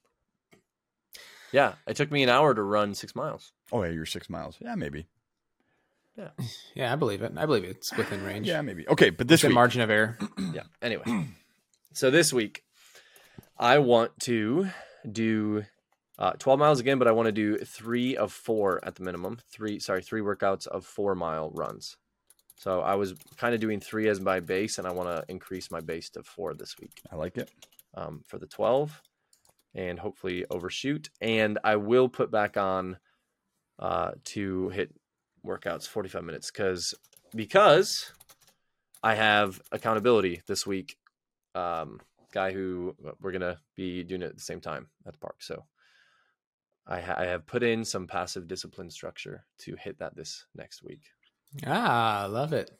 A: Yeah, it took me an hour to run six miles.
C: Oh yeah, you're 6 miles. Yeah, maybe.
B: Yeah, I believe it. I believe it's within range.
C: Yeah, maybe. Okay, but this
B: Within
C: week,
B: margin of error.
A: Yeah. Anyway, so this week, I want to do Uh, 12 miles again, but I want to do three of four at the minimum. Three, sorry, three workouts of four mile runs. So I was kind of doing three as my base, and I want to increase my base to four this week
C: I like it.
A: um, for the 12 and hopefully overshoot. And I will put back on uh, to hit workouts 45 minutes because because I have accountability this week. Um, guy who we're gonna be doing it at the same time at the park. So I, ha- I have put in some passive discipline structure to hit that this next week.
B: Ah, love it.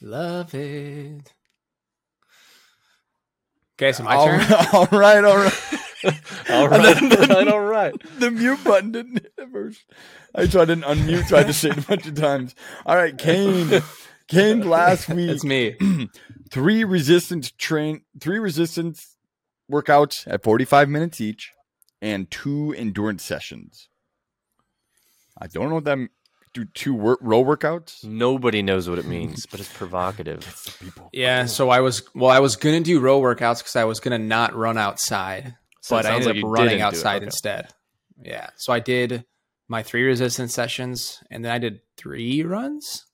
B: Love it. Okay, so my
C: All-
B: turn.
C: all right, all right.
A: all right, all right, all right.
C: the mute button didn't hit at first. I tried to unmute, tried to say it a bunch of times. All right, Kane. Kane last week.
B: It's me.
C: three resistance train three resistance workouts at 45 minutes each and two endurance sessions. I don't know what that m- do two wor- row workouts.
A: Nobody knows what it means, but it's provocative.
C: People.
B: Yeah, so I was well, I was gonna do row workouts because I was gonna not run outside,
A: So it
B: but I
A: sounds
B: ended
A: like
B: up
A: you didn't
B: running
A: do it.
B: outside
A: Okay.
B: instead. Yeah, so I did my three resistance sessions, and then I did three runs.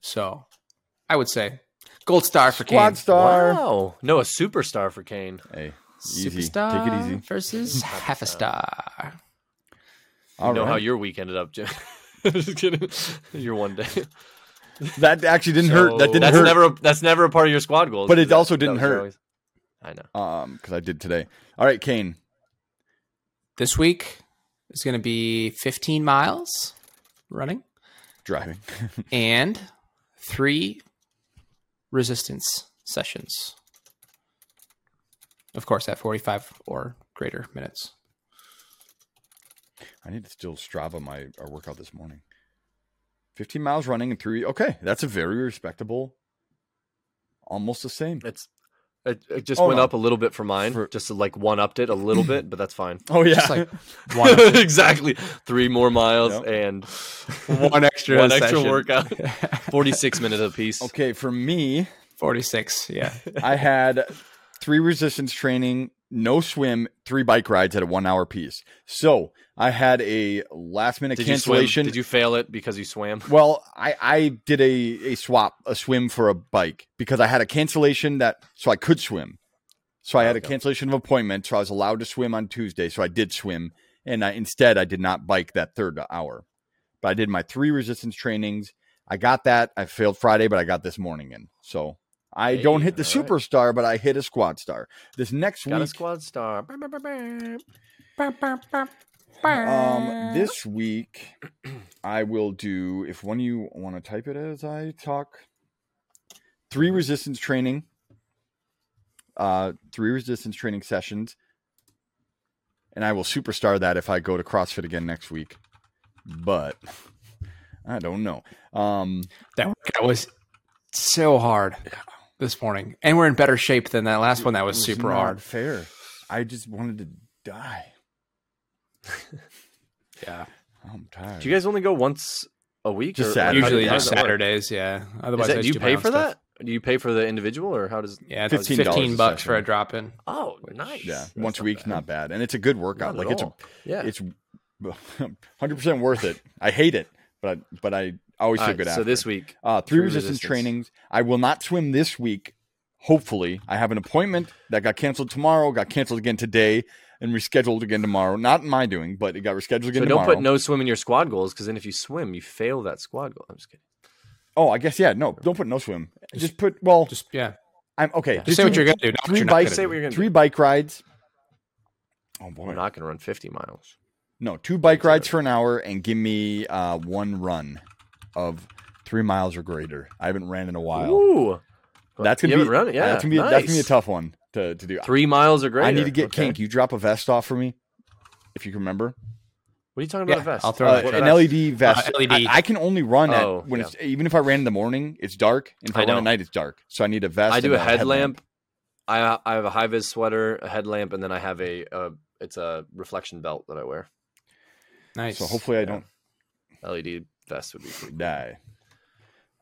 B: So, I would say gold star for
C: Squad
B: Kane.
C: star.
A: Wow. No, a superstar for Kane.
C: Hey, easy.
B: Superstar
C: Take it easy.
B: versus half a star.
C: All
A: you know
C: right.
A: how your week ended up, Jim. Just kidding. Your one day.
C: that actually didn't hurt. That didn't
A: that's
C: hurt.
A: never a, that's never a part of your squad goals.
C: But it
A: is
C: also didn't
A: was
C: hurt.
A: I know.
C: um, because I did today. All right, Kane.
B: This week is going to be 15 miles running
C: Driving.
B: and three resistance sessions. Of course, at 45 or greater minutes.
C: I need to still Strava my our workout this morning. 15 miles running and three. Okay, that's a very respectable. Almost the same.
A: It's it, it just
C: Oh,
A: went
C: no.
A: up a little bit for mine.
C: For-
A: Just like one upped it a little bit, but that's fine.
C: Oh yeah,
B: Just like one,
A: exactly. Three more miles
C: Yep.
A: and
B: one extra,
A: one extra
B: session.
A: workout. Forty six minutes apiece.
C: Okay, for me,
B: 46, yeah.
C: I had three resistance training, no swim, three bike rides at a one hour piece. So I had a last minute
A: Did you swim?
C: cancellation.
A: Did you fail it because you swam?
C: Well, I, I did a, a swap, a swim for a bike because I had a cancellation that so I could swim. So I had a cancellation of appointment, so I was allowed to swim on Tuesday. So I did swim, and I, instead I did not bike that third hour. But I did my three resistance trainings. I got that. I failed Friday, but I got this morning in. So I
A: Hey,
C: don't hit the
A: all right.
C: superstar, but I hit a squad star. This next
A: Got a
C: week,
A: squad star. Bah, bah, bah, bah.
C: Um, this week I will do if one of you want to type it as I talk. Three resistance training. Uh, three resistance training sessions, and I will superstar that if I go to CrossFit again next week. But I don't know. Um,
B: That workout was so hard this morning. And we're in better shape than that last one that was,
C: it
B: super
C: not
B: hard.
C: Fair. I just wanted to die.
B: Yeah.
C: I'm tired.
A: Do you guys only go once a week?
C: Just
A: or-
C: Saturday.
A: how
B: Usually
A: does- how
B: on
A: does that work?
B: Saturdays, yeah.
A: Is
B: Otherwise, I
A: that,
B: just
A: do you
B: do my
A: pay
B: own
A: for
B: stuff.
A: that? Do you pay for the individual, or how does?
B: Yeah, it's
C: $15
B: fifteen
C: a
B: bucks for a
C: session.
B: drop in.
A: Oh, nice.
C: Yeah,
A: That's
C: once a week,
A: bad.
C: not bad, and it's a good workout.
A: Not
C: like
A: at
C: it's a
A: all. yeah.
C: it's 100% worth it. I hate it, but but I always
A: All
C: feel
A: right,
C: good
A: so
C: after.
A: this week,
C: uh, three
A: three
C: resistance,
A: resistance.
C: trainings. I will not swim this week. Hopefully, I have an appointment that got canceled tomorrow, got canceled again today, and rescheduled again tomorrow. Not my doing, but it got rescheduled
A: so
C: again
A: don't
C: tomorrow.
A: put no swim in your squad goals because then if you swim, you fail that squad goal. I'm just kidding.
C: oh, I guess yeah. No, don't put no swim. Just, put well.
B: Just yeah.
C: I'm okay.
B: Just say what you're gonna do. Not what
C: Three
B: you're not
C: bikes.
A: Say
B: gonna
A: what you're gonna
C: Three
A: do.
C: bike rides. Oh boy.
A: I'm not going to run 50 miles.
C: No, two bike
A: That's it.
C: rides for an hour and give me uh, one run of three miles or greater. I haven't ran in a while.
A: Ooh,
C: That's gonna
A: You
C: be
A: haven't run it?
C: That's
A: Yeah,
C: gonna be that's gonna be a
A: nice.
C: tough one to, to do.
A: three miles or greater.
C: I need to get
A: Okay.
C: Kink. You drop a vest off for me, if you can remember.
A: What are you talking
B: do.
A: about? a vest.
B: I'll throw
C: Uh,
B: it.
A: what
C: an
A: vest?
C: LED vest.
B: Uh,
A: E
B: LED.
C: I, I can only run
A: Oh,
C: at when it's even if I ran in the morning, it's dark, and if I,
A: I
C: run
A: know.
C: at night, it's dark. So I need a vest.
A: I do
C: and
A: a headlamp. I I have a high vis sweater, a headlamp, and then I have a, uh it's a reflection belt that I wear.
B: nice.
C: So hopefully I don't
A: LED E vest would be. Pretty
C: die.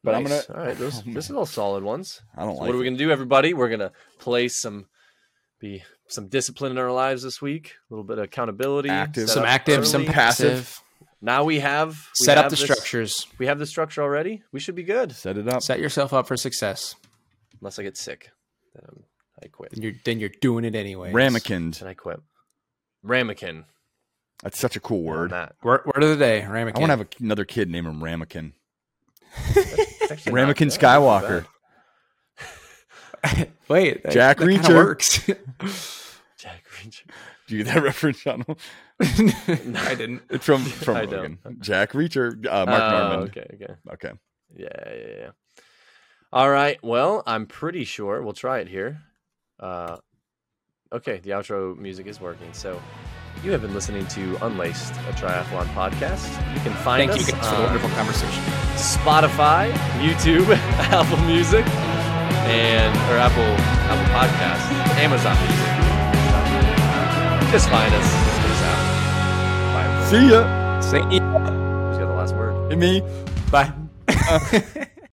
C: But I'm
A: nice.
C: gonna.
A: All right, those
C: Oh, man.
A: this is all solid ones.
C: I don't
A: So
C: like.
A: what are we
C: it.
A: gonna do, everybody? We're gonna play some, be some discipline in our lives this week, a little bit of accountability,
C: Active.
A: set
C: Set
B: some
A: up
B: active, some
A: early.
C: pa- Passive.
B: passive.
A: now we have we
B: Set up
A: have
B: the
A: this-
B: structures.
A: We have the structure already. We should be good,
C: Set it up.
B: Set yourself up for success.
A: unless I get sick. Then I'm, I quit.
B: Then you're then you're doing it anyway.
C: Ramekins.
A: Then I quit. Ramekin.
C: That's such a cool word.
A: That.
B: Word, word of the day,
C: I
B: ramekin.
C: want to have a, another kid named him Ramekin.
A: It's actually not
C: Ramekin
A: bad. Not
C: Skywalker.
A: bad.
B: Wait, that-
C: Jack
B: that kinda
C: Reacher.
B: works.
A: Jack Reacher.
C: Do you get that reference, Donald?
B: I didn't.
C: It's from from
A: I
C: Logan. Jack Reacher, uh, Mark
A: Oh,
C: Norman. Okay.
A: Okay, okay. Yeah, yeah, yeah. All right. Well, I'm pretty sure we'll try it here. Uh, okay, the outro music is working. So you have been listening to Unlaced, a triathlon podcast. You can find
B: Thank
A: us
B: you guys for
A: on
B: the wonderful conversation.
A: Spotify, YouTube, Apple Music, and or Apple Apple Podcasts, Amazon Music. Just find us. Check us out. Bye.
C: See ya.
B: Say-
A: Who's got the last word?
C: Me.
B: Bye.